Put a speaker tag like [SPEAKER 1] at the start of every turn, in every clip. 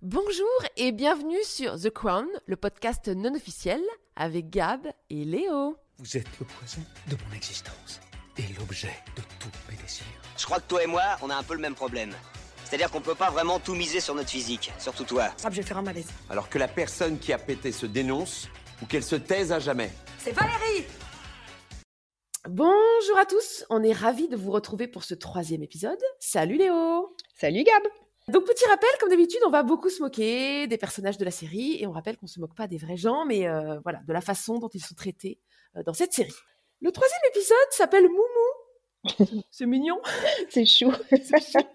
[SPEAKER 1] Bonjour et bienvenue sur The Crown, le podcast non officiel avec Gab et Léo.
[SPEAKER 2] Vous êtes le poison de mon existence et l'objet de tous mes désirs.
[SPEAKER 3] Je crois que toi et moi, on a un peu le même problème. C'est-à-dire qu'on peut pas vraiment tout miser sur notre physique, surtout toi.
[SPEAKER 4] Ah, je vais faire un malaise.
[SPEAKER 5] Alors que la personne qui a pété se dénonce ou qu'elle se taise à jamais.
[SPEAKER 4] C'est Valérie
[SPEAKER 1] Bonjour à tous, on est ravis de vous retrouver pour ce troisième épisode. Salut Léo
[SPEAKER 6] Salut Gab
[SPEAKER 1] Donc petit rappel, comme d'habitude, on va beaucoup se moquer des personnages de la série et on rappelle qu'on se moque pas des vrais gens, mais euh, voilà, de la façon dont ils sont traités euh, dans cette série. Le troisième épisode s'appelle Moumou. C'est mignon.
[SPEAKER 6] C'est chou
[SPEAKER 1] L'épisode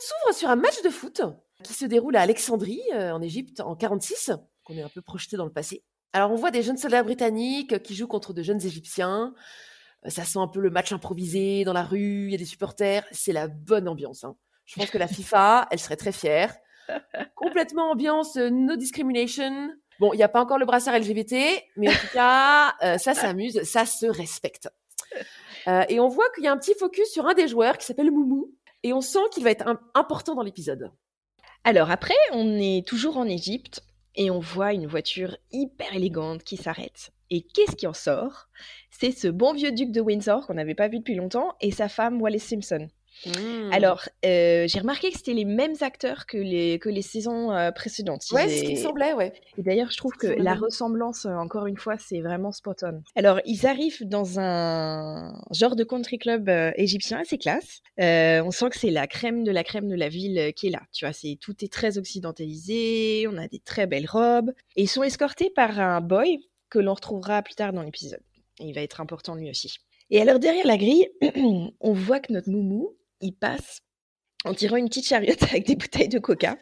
[SPEAKER 1] s'ouvre sur un match de foot qui se déroule à Alexandrie, euh, en Égypte, en 46, qu'on est un peu projeté dans le passé. Alors, on voit des jeunes soldats britanniques qui jouent contre de jeunes Égyptiens. Euh, Ça sent un peu le match improvisé dans la rue, il y a des supporters. C'est la bonne ambiance. hein. Je pense que la FIFA, elle serait très fière. Complètement ambiance euh, no discrimination. Bon, il n'y a pas encore le brassard LGBT, mais en tout cas, euh, ça s'amuse, ça se respecte. Euh, et on voit qu'il y a un petit focus sur un des joueurs qui s'appelle Moumou. Et on sent qu'il va être im- important dans l'épisode.
[SPEAKER 6] Alors après, on est toujours en Égypte et on voit une voiture hyper élégante qui s'arrête. Et qu'est-ce qui en sort C'est ce bon vieux duc de Windsor qu'on n'avait pas vu depuis longtemps et sa femme Wallace Simpson.
[SPEAKER 1] Hmm.
[SPEAKER 6] Alors, euh, j'ai remarqué que c'était les mêmes acteurs que les, que les saisons euh, précédentes.
[SPEAKER 1] Ouais,
[SPEAKER 6] Ils-
[SPEAKER 1] c'est ce qui me semblait, ouais.
[SPEAKER 6] Et d'ailleurs, je trouve que
[SPEAKER 1] C'est
[SPEAKER 6] la
[SPEAKER 1] vrai.
[SPEAKER 6] ressemblance, euh, encore une fois, c'est vraiment spot on. Alors, ils arrivent dans un genre de country club euh, égyptien assez classe. Euh, on sent que c'est la crème de la crème de la ville euh, qui est là. Tu vois, c'est tout est très occidentalisé. On a des très belles robes. Et ils sont escortés par un boy que l'on retrouvera plus tard dans l'épisode. Et Il va être important lui aussi. Et alors, derrière la grille, on voit que notre moumou, il passe en tirant une petite chariote avec des bouteilles de coca.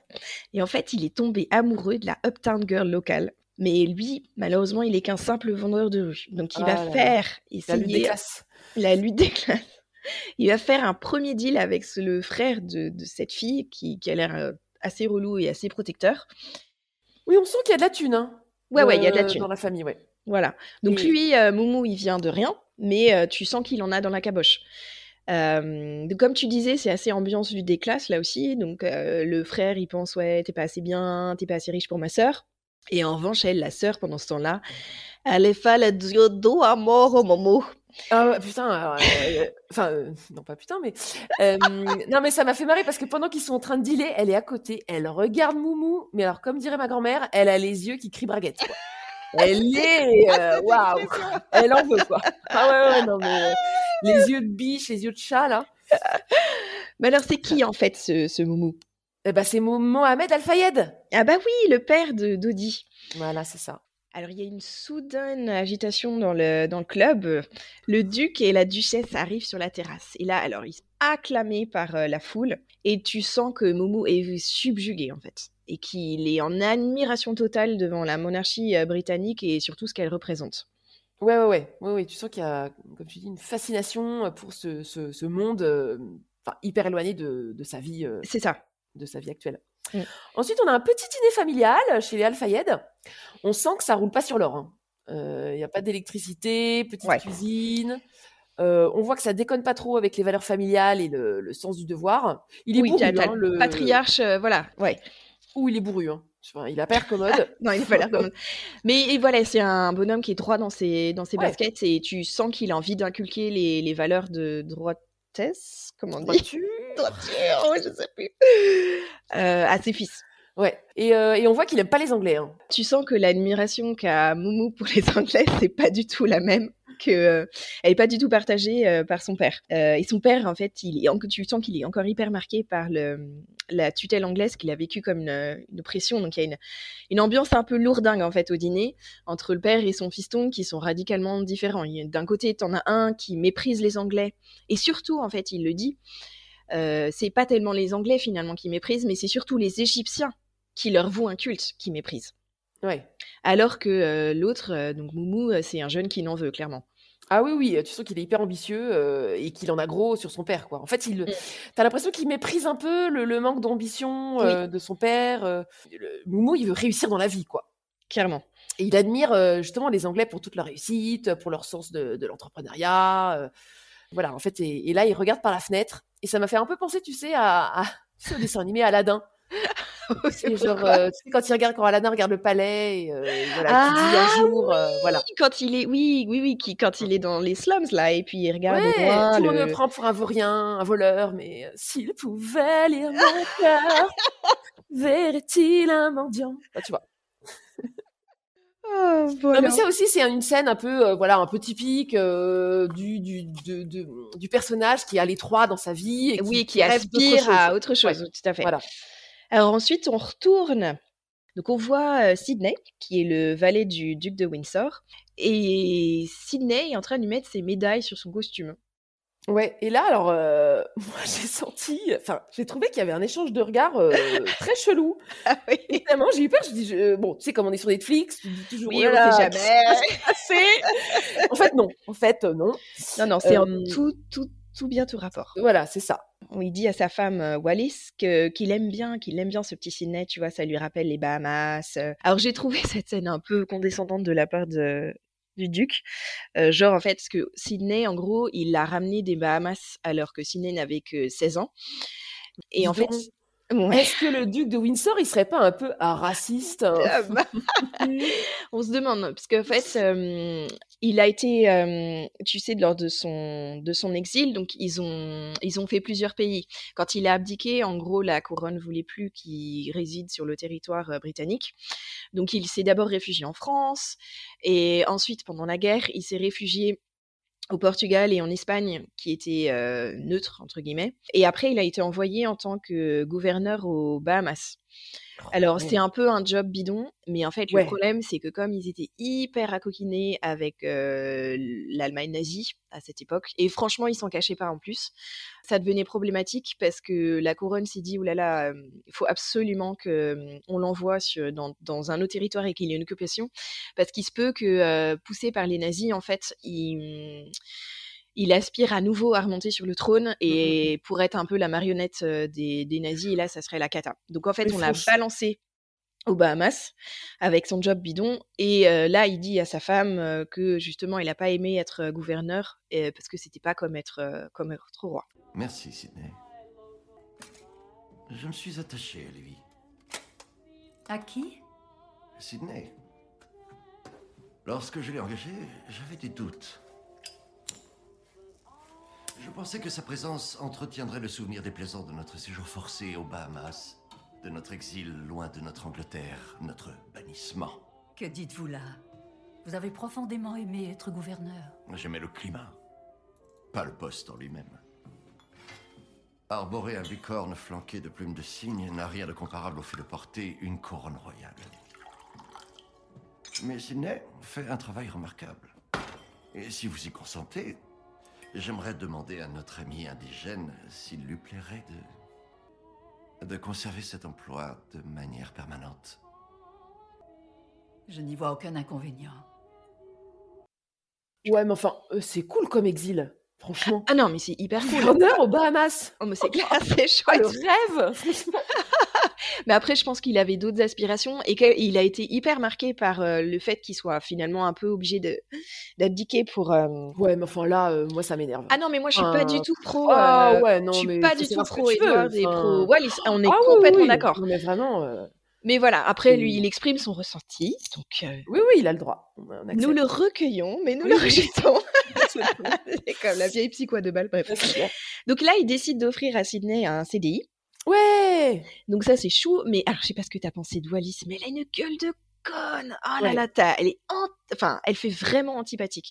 [SPEAKER 6] Et en fait, il est tombé amoureux de la Uptown Girl locale. Mais lui, malheureusement, il est qu'un simple vendeur de rue. Donc il
[SPEAKER 1] Ah là
[SPEAKER 6] va
[SPEAKER 1] là.
[SPEAKER 6] faire
[SPEAKER 1] La lutte des
[SPEAKER 6] essayer
[SPEAKER 1] classes.
[SPEAKER 6] la lutte des classes. Il va faire un premier deal avec ce- le frère de, de cette fille qui, qui a l'air euh, assez relou et assez protecteur. Euh,
[SPEAKER 1] Oui, on sent qu'il y a de la thune. hein,
[SPEAKER 6] Ouais, ouais, il y a de la
[SPEAKER 1] dans-
[SPEAKER 6] thune.
[SPEAKER 1] Dans la famille, ouais.
[SPEAKER 6] Voilà. Donc
[SPEAKER 1] Et-
[SPEAKER 6] lui, euh, Moumou, il vient de rien, mais euh, tu sens qu'il en a dans la caboche. Euh, donc, comme tu disais, c'est assez ambiance vue des classes là aussi. Donc euh, le frère, il pense ouais, t'es pas assez bien, t'es pas assez riche pour ma sœur. Et en revanche, elle, la sœur, pendant ce temps-là, elle est folle de dos à mort au Momo.
[SPEAKER 1] Ah ouais, putain, alors, euh, euh, enfin, euh, non pas putain, mais... euh, non mais ça m'a fait marrer parce que pendant qu'ils sont en train de dealer, elle est à côté, elle regarde Moumou, mais alors comme dirait ma grand-mère, elle a les yeux qui crient braguette. quoi. Elle
[SPEAKER 6] Ah,
[SPEAKER 1] est... euh, Waouh quoi. Elle en veut quoi. Ah ouais, ouais, non mais... euh,
[SPEAKER 6] Ah,
[SPEAKER 1] les yeux de biche, les yeux de chat là.
[SPEAKER 6] Mais alors, c'est qui en fait ce, ce Moumou
[SPEAKER 1] Eh ben c'est Mo- Mohamed Al-Fayed.
[SPEAKER 6] Ah bah oui, le père de Dodi.
[SPEAKER 1] Voilà, c'est ça.
[SPEAKER 6] Alors, il y a une soudaine agitation dans le, dans le club. Le duc et la duchesse arrivent sur la terrasse. Et là, alors, ils sont acclamés par euh, la foule. Et tu sens que Momo est subjugué, en fait. Et qu'il est en admiration totale devant la monarchie euh, britannique et surtout ce qu'elle représente.
[SPEAKER 1] Ouais, ouais, ouais, ouais, ouais, Tu sens qu'il y a, comme tu dis, une fascination euh, pour ce, ce, ce monde euh, enfin, hyper éloigné de, de sa vie euh,
[SPEAKER 6] C'est ça.
[SPEAKER 1] de sa vie actuelle.
[SPEAKER 6] Mm.
[SPEAKER 1] Ensuite, on a un petit dîner familial chez les Al-Fayed. On sent que ça roule pas sur l'or. hein. Euh, Il n'y a pas d'électricité, petite
[SPEAKER 6] Ouais.
[SPEAKER 1] cuisine. Euh, on voit que ça déconne pas trop avec les valeurs familiales et le, le sens du devoir. Il est
[SPEAKER 6] oui,
[SPEAKER 1] bourru,
[SPEAKER 6] t'as- t'as
[SPEAKER 1] hein,
[SPEAKER 6] le
[SPEAKER 1] le
[SPEAKER 6] patriarche, euh, voilà. Ouais.
[SPEAKER 1] Ou il est bourru. hein. Enfin, il a pas l'air commode.
[SPEAKER 6] Non, il a pas l'air comme... Mais et voilà, c'est un bonhomme qui est droit dans ses, dans ses
[SPEAKER 1] Ouais.
[SPEAKER 6] baskets et tu sens qu'il a envie d'inculquer les, les valeurs de droitesse, comment on dit
[SPEAKER 1] Vois-tu
[SPEAKER 6] droiture, Oh, je sais plus. Euh, à ses fils.
[SPEAKER 1] Ouais. Et, euh, et on voit qu'il aime pas les Anglais. hein.
[SPEAKER 6] Tu sens que l'admiration qu'a Moumou pour les Anglais, c'est pas du tout la même que euh, elle est pas du tout partagée euh, par son père. Euh, et son père, en fait, il est en- tu sens qu'il est encore hyper marqué par le, la tutelle anglaise qu'il a vécu comme une, une oppression. Donc il y a une, une ambiance un peu lourdingue en fait au dîner entre le père et son fiston qui sont radicalement différents. Il y a- D'un côté, t'en as un qui méprise les Anglais et surtout, en fait, il le dit, euh, c'est pas tellement les Anglais finalement qui méprisent, mais c'est surtout les Égyptiens qui leur vouent un culte qui méprisent.
[SPEAKER 1] Ouais.
[SPEAKER 6] Alors que euh, l'autre, euh, donc Moumou, euh, c'est un jeune qui n'en veut, clairement.
[SPEAKER 1] Ah oui, oui, tu sens qu'il est hyper ambitieux euh, et qu'il en a gros sur son père, quoi. En fait,
[SPEAKER 6] Mmh.
[SPEAKER 1] il, t'as l'impression qu'il méprise un peu le, le manque d'ambition
[SPEAKER 6] Oui.
[SPEAKER 1] euh, de son père. euh. Le- Moumou, il veut réussir dans la vie, quoi.
[SPEAKER 6] Clairement.
[SPEAKER 1] Et il admire euh, justement les Anglais pour toute leur réussite, pour leur sens de, de l'entrepreneuriat. euh. Voilà, en fait, et, et là, il regarde par la fenêtre. Et ça m'a fait un peu penser, tu sais, à, à- tu sais, au dessin animé Aladdin. C'est genre, euh, tu sais, quand il regarde, quand Alana regarde le palais, et, euh, voilà, qui dit
[SPEAKER 6] Ah
[SPEAKER 1] un jour, euh, voilà.
[SPEAKER 6] Quand il est, oui, oui, oui, qui, quand il est dans les slums là, et puis il regarde
[SPEAKER 1] Ouais,
[SPEAKER 6] au loin,
[SPEAKER 1] tout le
[SPEAKER 6] le-
[SPEAKER 1] monde me prend pour un vaurien, un voleur, mais euh, s'il pouvait lire mon cœur, verrait-il un mendiant Enfin, Tu vois.
[SPEAKER 6] Ah, voilà.
[SPEAKER 1] Non, mais ça aussi, c'est une scène un peu, euh, voilà, un peu typique euh, du, du, de- de- du personnage qui a les trois dans sa vie. Et
[SPEAKER 6] oui, qui
[SPEAKER 1] rêve d'autre
[SPEAKER 6] aspire
[SPEAKER 1] chose.
[SPEAKER 6] à autre chose, tout à fait.
[SPEAKER 1] Voilà.
[SPEAKER 6] Alors ensuite, on retourne. Donc on voit euh, Sidney, qui est le valet du duc de Windsor, et Sidney est en train de lui mettre ses médailles sur son costume.
[SPEAKER 1] Ouais, et là, alors, euh, moi, j'ai senti, enfin, j'ai trouvé qu'il y avait un échange de regards euh, très chelou.
[SPEAKER 6] Ah oui,
[SPEAKER 1] Évidemment, j'ai eu peur, je dis, je- bon, tu sais, comme on est sur Netflix, tu dis toujours,
[SPEAKER 6] oui bah
[SPEAKER 1] oh
[SPEAKER 6] on
[SPEAKER 1] là
[SPEAKER 6] sait
[SPEAKER 1] là, qu'est-ce qui
[SPEAKER 6] jamais.
[SPEAKER 1] s'est passé en fait, non, en fait, euh, non.
[SPEAKER 6] Non, non, c'est en
[SPEAKER 1] Euh,
[SPEAKER 6] tout, tout, tout bien tout rapport.
[SPEAKER 1] Voilà, c'est ça.
[SPEAKER 6] Il dit à sa femme euh, Wallis que- qu'il aime bien, qu'il aime bien ce petit Sydney, tu vois, ça lui rappelle les Bahamas. euh. Alors j'ai trouvé cette scène un peu condescendante de la part de, du duc. Euh, genre en fait, parce que Sydney, en gros, il l'a ramené des Bahamas alors que Sydney n'avait que 16 ans. Et
[SPEAKER 1] Dis
[SPEAKER 6] en fait,
[SPEAKER 1] donc.
[SPEAKER 6] ouais.
[SPEAKER 1] Est-ce que le duc de Windsor, il serait pas un peu un raciste hein
[SPEAKER 6] Ah bah, on se demande, parce qu'en fait, euh, il a été, euh, tu sais, lors de son, de son exil, donc ils ont, ils ont fait plusieurs pays. Quand il a abdiqué, en gros, la couronne voulait plus qu'il réside sur le territoire euh, britannique. Donc il s'est d'abord réfugié en France, et ensuite, pendant la guerre, il s'est réfugié au Portugal et en Espagne, qui étaient euh, neutres, entre guillemets. Et après, il a été envoyé en tant que gouverneur aux Bahamas. Alors, c'est un peu un job bidon, mais en fait,
[SPEAKER 1] Ouais.
[SPEAKER 6] le problème, c'est que comme ils étaient hyper à coquiner avec euh, l'Allemagne nazie à cette époque, et franchement, ils s'en cachaient pas en plus, ça devenait problématique parce que la couronne s'est dit, oulala, il faut absolument que euh, on l'envoie sur- dans, dans un autre territoire et qu'il y ait une occupation, parce qu'il se peut que, euh, poussé par les nazis, en fait, il... mmh, Il aspire à nouveau à remonter sur le trône et pour être un peu la marionnette euh, des, des nazis, et là, ça serait la cata. Donc en fait,
[SPEAKER 1] Mais
[SPEAKER 6] on l'a
[SPEAKER 1] franchement-
[SPEAKER 6] balancé aux Bahamas avec son job bidon. Et euh, là, il dit à sa femme euh, que justement, il n'a pas aimé être euh, gouverneur euh, parce que c'était pas comme être, euh, comme être roi.
[SPEAKER 4] Merci, Sidney. Je me suis attaché à lui,
[SPEAKER 7] À qui
[SPEAKER 4] à Sidney. Lorsque je l'ai engagé, j'avais des doutes. Je pensais que sa présence entretiendrait le souvenir déplaisant de notre séjour forcé aux Bahamas, de notre exil loin de notre Angleterre, notre bannissement.
[SPEAKER 7] Que dites-vous là Vous avez profondément aimé être gouverneur.
[SPEAKER 4] J'aimais le climat, pas le poste en lui-même. Arborer un bicorne flanqué de plumes de cygne n'a rien de comparable au fait de porter une couronne royale. Mais Sidney fait un travail remarquable. Et si vous y consentez, j'aimerais demander à notre ami indigène s'il lui plairait de. de conserver cet emploi de manière permanente.
[SPEAKER 7] Je n'y vois aucun inconvénient.
[SPEAKER 1] Ouais, mais enfin, euh, c'est cool comme exil, franchement.
[SPEAKER 6] Ah non, mais c'est hyper cool.
[SPEAKER 1] Gouverneur aux Bahamas
[SPEAKER 6] Oh, mais c'est clair, c'est
[SPEAKER 1] Ah, le
[SPEAKER 6] chouette.
[SPEAKER 1] rêve franchement.
[SPEAKER 6] Mais après, je pense qu'il avait d'autres aspirations et qu'il a été hyper marqué par euh, le fait qu'il soit finalement un peu obligé de- d'abdiquer pour. euh,
[SPEAKER 1] Ouais, mais enfin là, euh, moi, ça m'énerve.
[SPEAKER 6] Ah non, mais moi je suis pas
[SPEAKER 1] Euh,
[SPEAKER 6] du tout pro.
[SPEAKER 1] Ah
[SPEAKER 6] euh,
[SPEAKER 1] ouais, non,
[SPEAKER 6] je suis
[SPEAKER 1] mais
[SPEAKER 6] pas
[SPEAKER 1] faut
[SPEAKER 6] du tout
[SPEAKER 1] savoir ce que
[SPEAKER 6] pro
[SPEAKER 1] tu veux,
[SPEAKER 6] Edward et
[SPEAKER 1] enfin.
[SPEAKER 6] pro Wallis. On est
[SPEAKER 1] Ah oui,
[SPEAKER 6] complètement
[SPEAKER 1] oui,
[SPEAKER 6] d'accord.
[SPEAKER 1] non, Mais vraiment, euh,
[SPEAKER 6] Mais voilà, après
[SPEAKER 1] Et-
[SPEAKER 6] lui, il exprime son ressenti, donc euh,
[SPEAKER 1] oui, oui, il a le droit. On- on accepte.
[SPEAKER 6] nous le recueillons, mais nous
[SPEAKER 1] Oui,
[SPEAKER 6] le
[SPEAKER 1] oui.
[SPEAKER 6] rejetons. C'est comme la vieille psycho à deux balles, bref.
[SPEAKER 1] Ouais, c'est clair.
[SPEAKER 6] Donc là, il décide d'offrir à Sydney un CDI.
[SPEAKER 1] Ouais
[SPEAKER 6] Donc ça, c'est chou. Mais alors, je sais pas ce que t'as pensé de Wallis, mais elle a une gueule de conne. Oh là
[SPEAKER 1] Ouais.
[SPEAKER 6] là, t'as- elle est, ant- enfin, elle fait vraiment antipathique.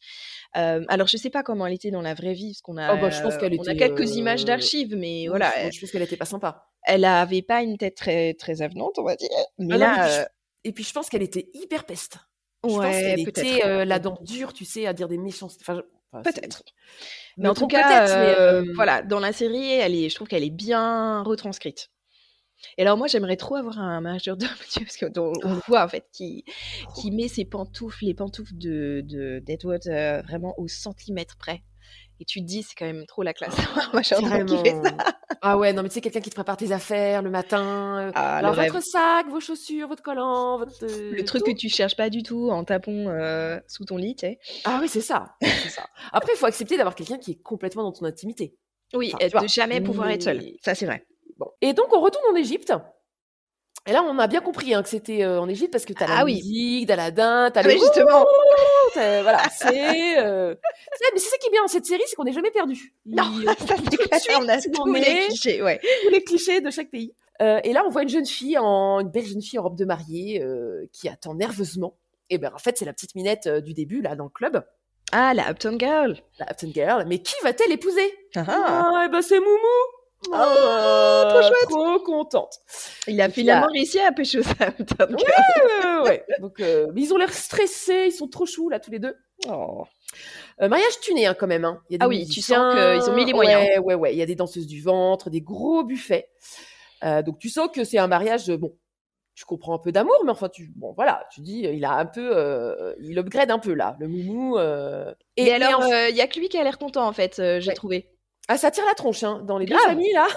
[SPEAKER 6] Euh, alors, je sais pas comment elle était dans la vraie vie, parce qu'on a,
[SPEAKER 1] Oh, bah, je pense
[SPEAKER 6] euh,
[SPEAKER 1] qu'elle
[SPEAKER 6] on a
[SPEAKER 1] était,
[SPEAKER 6] quelques
[SPEAKER 1] euh,
[SPEAKER 6] images d'archives, mais voilà, euh,
[SPEAKER 1] je,
[SPEAKER 6] elle,
[SPEAKER 1] je pense qu'elle était pas sympa.
[SPEAKER 6] elle avait pas une tête très, très avenante, on va dire. Mais
[SPEAKER 1] Ah non,
[SPEAKER 6] là,
[SPEAKER 1] mais
[SPEAKER 6] euh,
[SPEAKER 1] Et puis, je pense qu'elle était hyper peste. Je pense
[SPEAKER 6] ouais,
[SPEAKER 1] qu'elle
[SPEAKER 6] peut-être.
[SPEAKER 1] était euh, la dent dure, tu sais, à dire des méchancetés. Enfin, je- enfin, c'est-
[SPEAKER 6] Peut-être.
[SPEAKER 1] Je
[SPEAKER 6] Mais
[SPEAKER 1] me
[SPEAKER 6] en tout
[SPEAKER 1] trompe
[SPEAKER 6] cas,
[SPEAKER 1] peut-être, mais,
[SPEAKER 6] euh,
[SPEAKER 1] euh,
[SPEAKER 6] voilà, dans la série, elle est, je trouve qu'elle est bien retranscrite. Et alors moi, j'aimerais trop avoir un majordome, tu vois, parce qu'on on le voit en fait qui qui met ses pantoufles, les pantoufles de de- d'Edward euh, vraiment au centimètre près. Et tu te dis, c'est quand même trop la classe d'avoir un majordome qui fait
[SPEAKER 1] Carrément.
[SPEAKER 6] ça.
[SPEAKER 1] Ah ouais, non, mais tu sais, quelqu'un qui te prépare tes affaires le matin. euh,
[SPEAKER 6] Ah, le
[SPEAKER 1] alors,
[SPEAKER 6] rêve.
[SPEAKER 1] votre sac, vos chaussures, votre collant, votre. euh,
[SPEAKER 6] Le truc
[SPEAKER 1] tout.
[SPEAKER 6] que tu cherches pas du tout en tapon euh, sous ton lit, tu sais.
[SPEAKER 1] Ah oui, c'est ça. c'est ça. Après, il faut accepter d'avoir quelqu'un qui est complètement dans ton intimité.
[SPEAKER 6] Oui,
[SPEAKER 1] Enfin, tu
[SPEAKER 6] euh,
[SPEAKER 1] vois,
[SPEAKER 6] de jamais pouvoir être seul.
[SPEAKER 1] mais-
[SPEAKER 6] Ça, c'est vrai.
[SPEAKER 1] Bon. Et donc, on retourne en Égypte. Et là, on a bien compris hein, que c'était euh, en Égypte parce que t'as la
[SPEAKER 6] Ah oui.
[SPEAKER 1] musique, t'as l'Aladin, t'as
[SPEAKER 6] Ah,
[SPEAKER 1] le.
[SPEAKER 6] mais justement,
[SPEAKER 1] t'as- voilà, c'est. euh, c'est- Mais c'est ça qui est bien dans cette série, c'est qu'on n'est jamais perdu.
[SPEAKER 6] non,
[SPEAKER 1] Il-
[SPEAKER 6] ça
[SPEAKER 1] tout
[SPEAKER 6] c'est
[SPEAKER 1] de
[SPEAKER 6] clair,
[SPEAKER 1] suite,
[SPEAKER 6] on a
[SPEAKER 1] on
[SPEAKER 6] tous les
[SPEAKER 1] est-
[SPEAKER 6] clichés, ouais.
[SPEAKER 1] tous les clichés de chaque pays. Euh, et là, on voit une jeune fille, en, une belle jeune fille en robe de mariée euh, qui attend nerveusement. Et ben en fait, c'est la petite minette euh, du début, là, dans le club,
[SPEAKER 6] Ah, la Upton Girl.
[SPEAKER 1] la Upton Girl. Mais qui va-t-elle épouser
[SPEAKER 6] Ah, ah.
[SPEAKER 1] Ah, eh ben c'est Moumou Ah,
[SPEAKER 6] trop chouette.
[SPEAKER 1] Trop contente
[SPEAKER 6] Il a
[SPEAKER 1] Et puis
[SPEAKER 6] finalement réussi à pécho sa Upton Girl.
[SPEAKER 1] Ouais, ouais, ouais. Donc, euh, mais ils ont l'air stressés, ils sont trop choux, là, tous les deux.
[SPEAKER 6] Oh.
[SPEAKER 1] Euh, mariage tuné, hein, quand même. hein. Il y a des
[SPEAKER 6] Ah oui, tu sens
[SPEAKER 1] musiciens,
[SPEAKER 6] qu'ils ont mis les moyens.
[SPEAKER 1] Ouais, ouais, ouais. Il y a des danseuses du ventre, des gros buffets. Euh, donc, tu sens que c'est un mariage, euh, bon, tu comprends un peu d'amour, mais enfin, tu, bon, voilà, tu dis, euh, il a un peu, euh, il upgrade un peu, là, le moumou. euh.
[SPEAKER 6] Et, alors,
[SPEAKER 1] en-
[SPEAKER 6] il y a que lui qui a l'air content en fait, euh, j'ai
[SPEAKER 1] Ouais.
[SPEAKER 6] trouvé.
[SPEAKER 1] Ah, ça tire la tronche, hein, dans les deux
[SPEAKER 6] Grave.
[SPEAKER 1] familles, là.